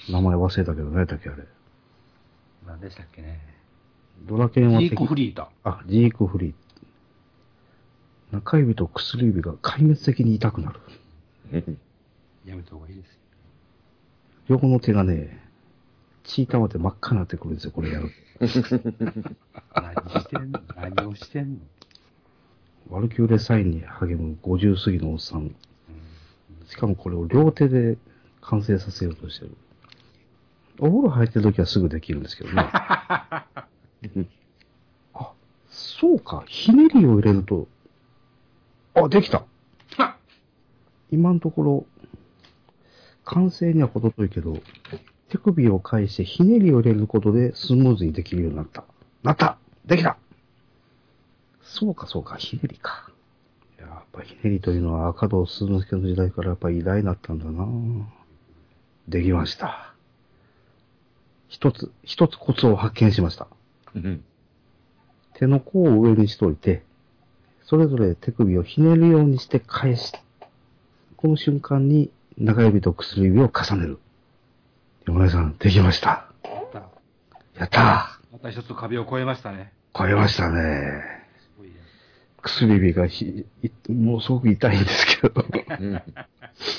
Speaker 3: 名前忘れたけどね、だけあれ。
Speaker 4: 何でしたっけね。
Speaker 3: ドラケンは
Speaker 4: ジ
Speaker 3: 敵
Speaker 4: ークフリータ。
Speaker 3: あ、ジークフリー。中指と薬指が壊滅的に痛くなる。
Speaker 4: やめた方がいいですよ。
Speaker 3: 横の手がね、血溜まって真っ赤になってくるんですよ、これやると。
Speaker 4: 何してんの何をしてんの、
Speaker 3: ワルキューレサインに励む50過ぎのおっさん。しかもこれを両手で完成させようとしてる。お風呂入ってる時はすぐできるんですけど ね。あ、そうか、ひねりを入れると、あ、できた
Speaker 4: は
Speaker 3: 今のところ、完成には程遠いけど、手首を返してひねりを入れることでスムーズにできるようになった。なったできたそうかそうか、ひねりか。いややっぱひねりというのは赤道鈴之助の時代からやっぱ偉大だったんだなできました。一つ、一つコツを発見しました。
Speaker 2: うん
Speaker 3: 手の甲を上にしておいて、それぞれ手首をひねるようにして返す。この瞬間に中指と薬指を重ねる。山根さん、できました。
Speaker 4: やった。
Speaker 3: やった
Speaker 4: また一つ壁を越えましたね。
Speaker 3: ー超えましたね。
Speaker 4: すごいね
Speaker 3: 薬指がひ、いもうすごく痛いんですけど。
Speaker 2: うん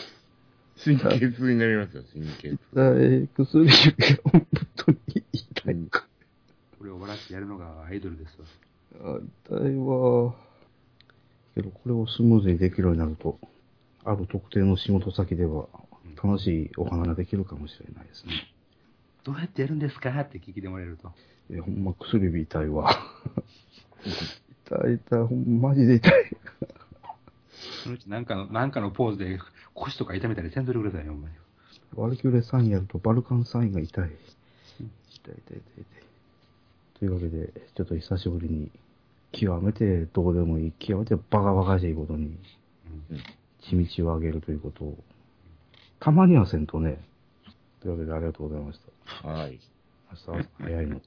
Speaker 2: 神経痛になりますよ、神経痛。
Speaker 3: 痛い薬指が本当に痛いか。
Speaker 4: これを笑ってやるのがアイドルですわ。
Speaker 3: あ痛いわ。けど、これをスムーズにできるようになると、ある特定の仕事先では、楽しいお花ができるかもしれないですね。
Speaker 4: どうやってやるんですかって聞きてもらえると。
Speaker 3: いや、ほんま薬指痛いわ。 痛い痛い、ほんまマジで痛い。
Speaker 4: そのうちなんかの、なんかのポーズで腰とか痛めたりせんといてくださいよ、ほんまに。
Speaker 3: ワルキューレサインやるとバルカンサインが痛い。痛い痛い痛い痛い。というわけで、ちょっと久しぶりに、極めてどうでもいい、極めてバカバカしいことに、血道を上げるということを、たまにはせんとね。というわけでありがとうございました。
Speaker 2: はい。
Speaker 3: 明日は早いの。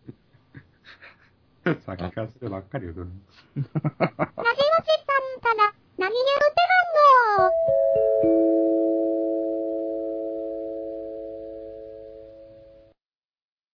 Speaker 4: さっきからそればっかりよ、
Speaker 5: ラジオチさんから何言うて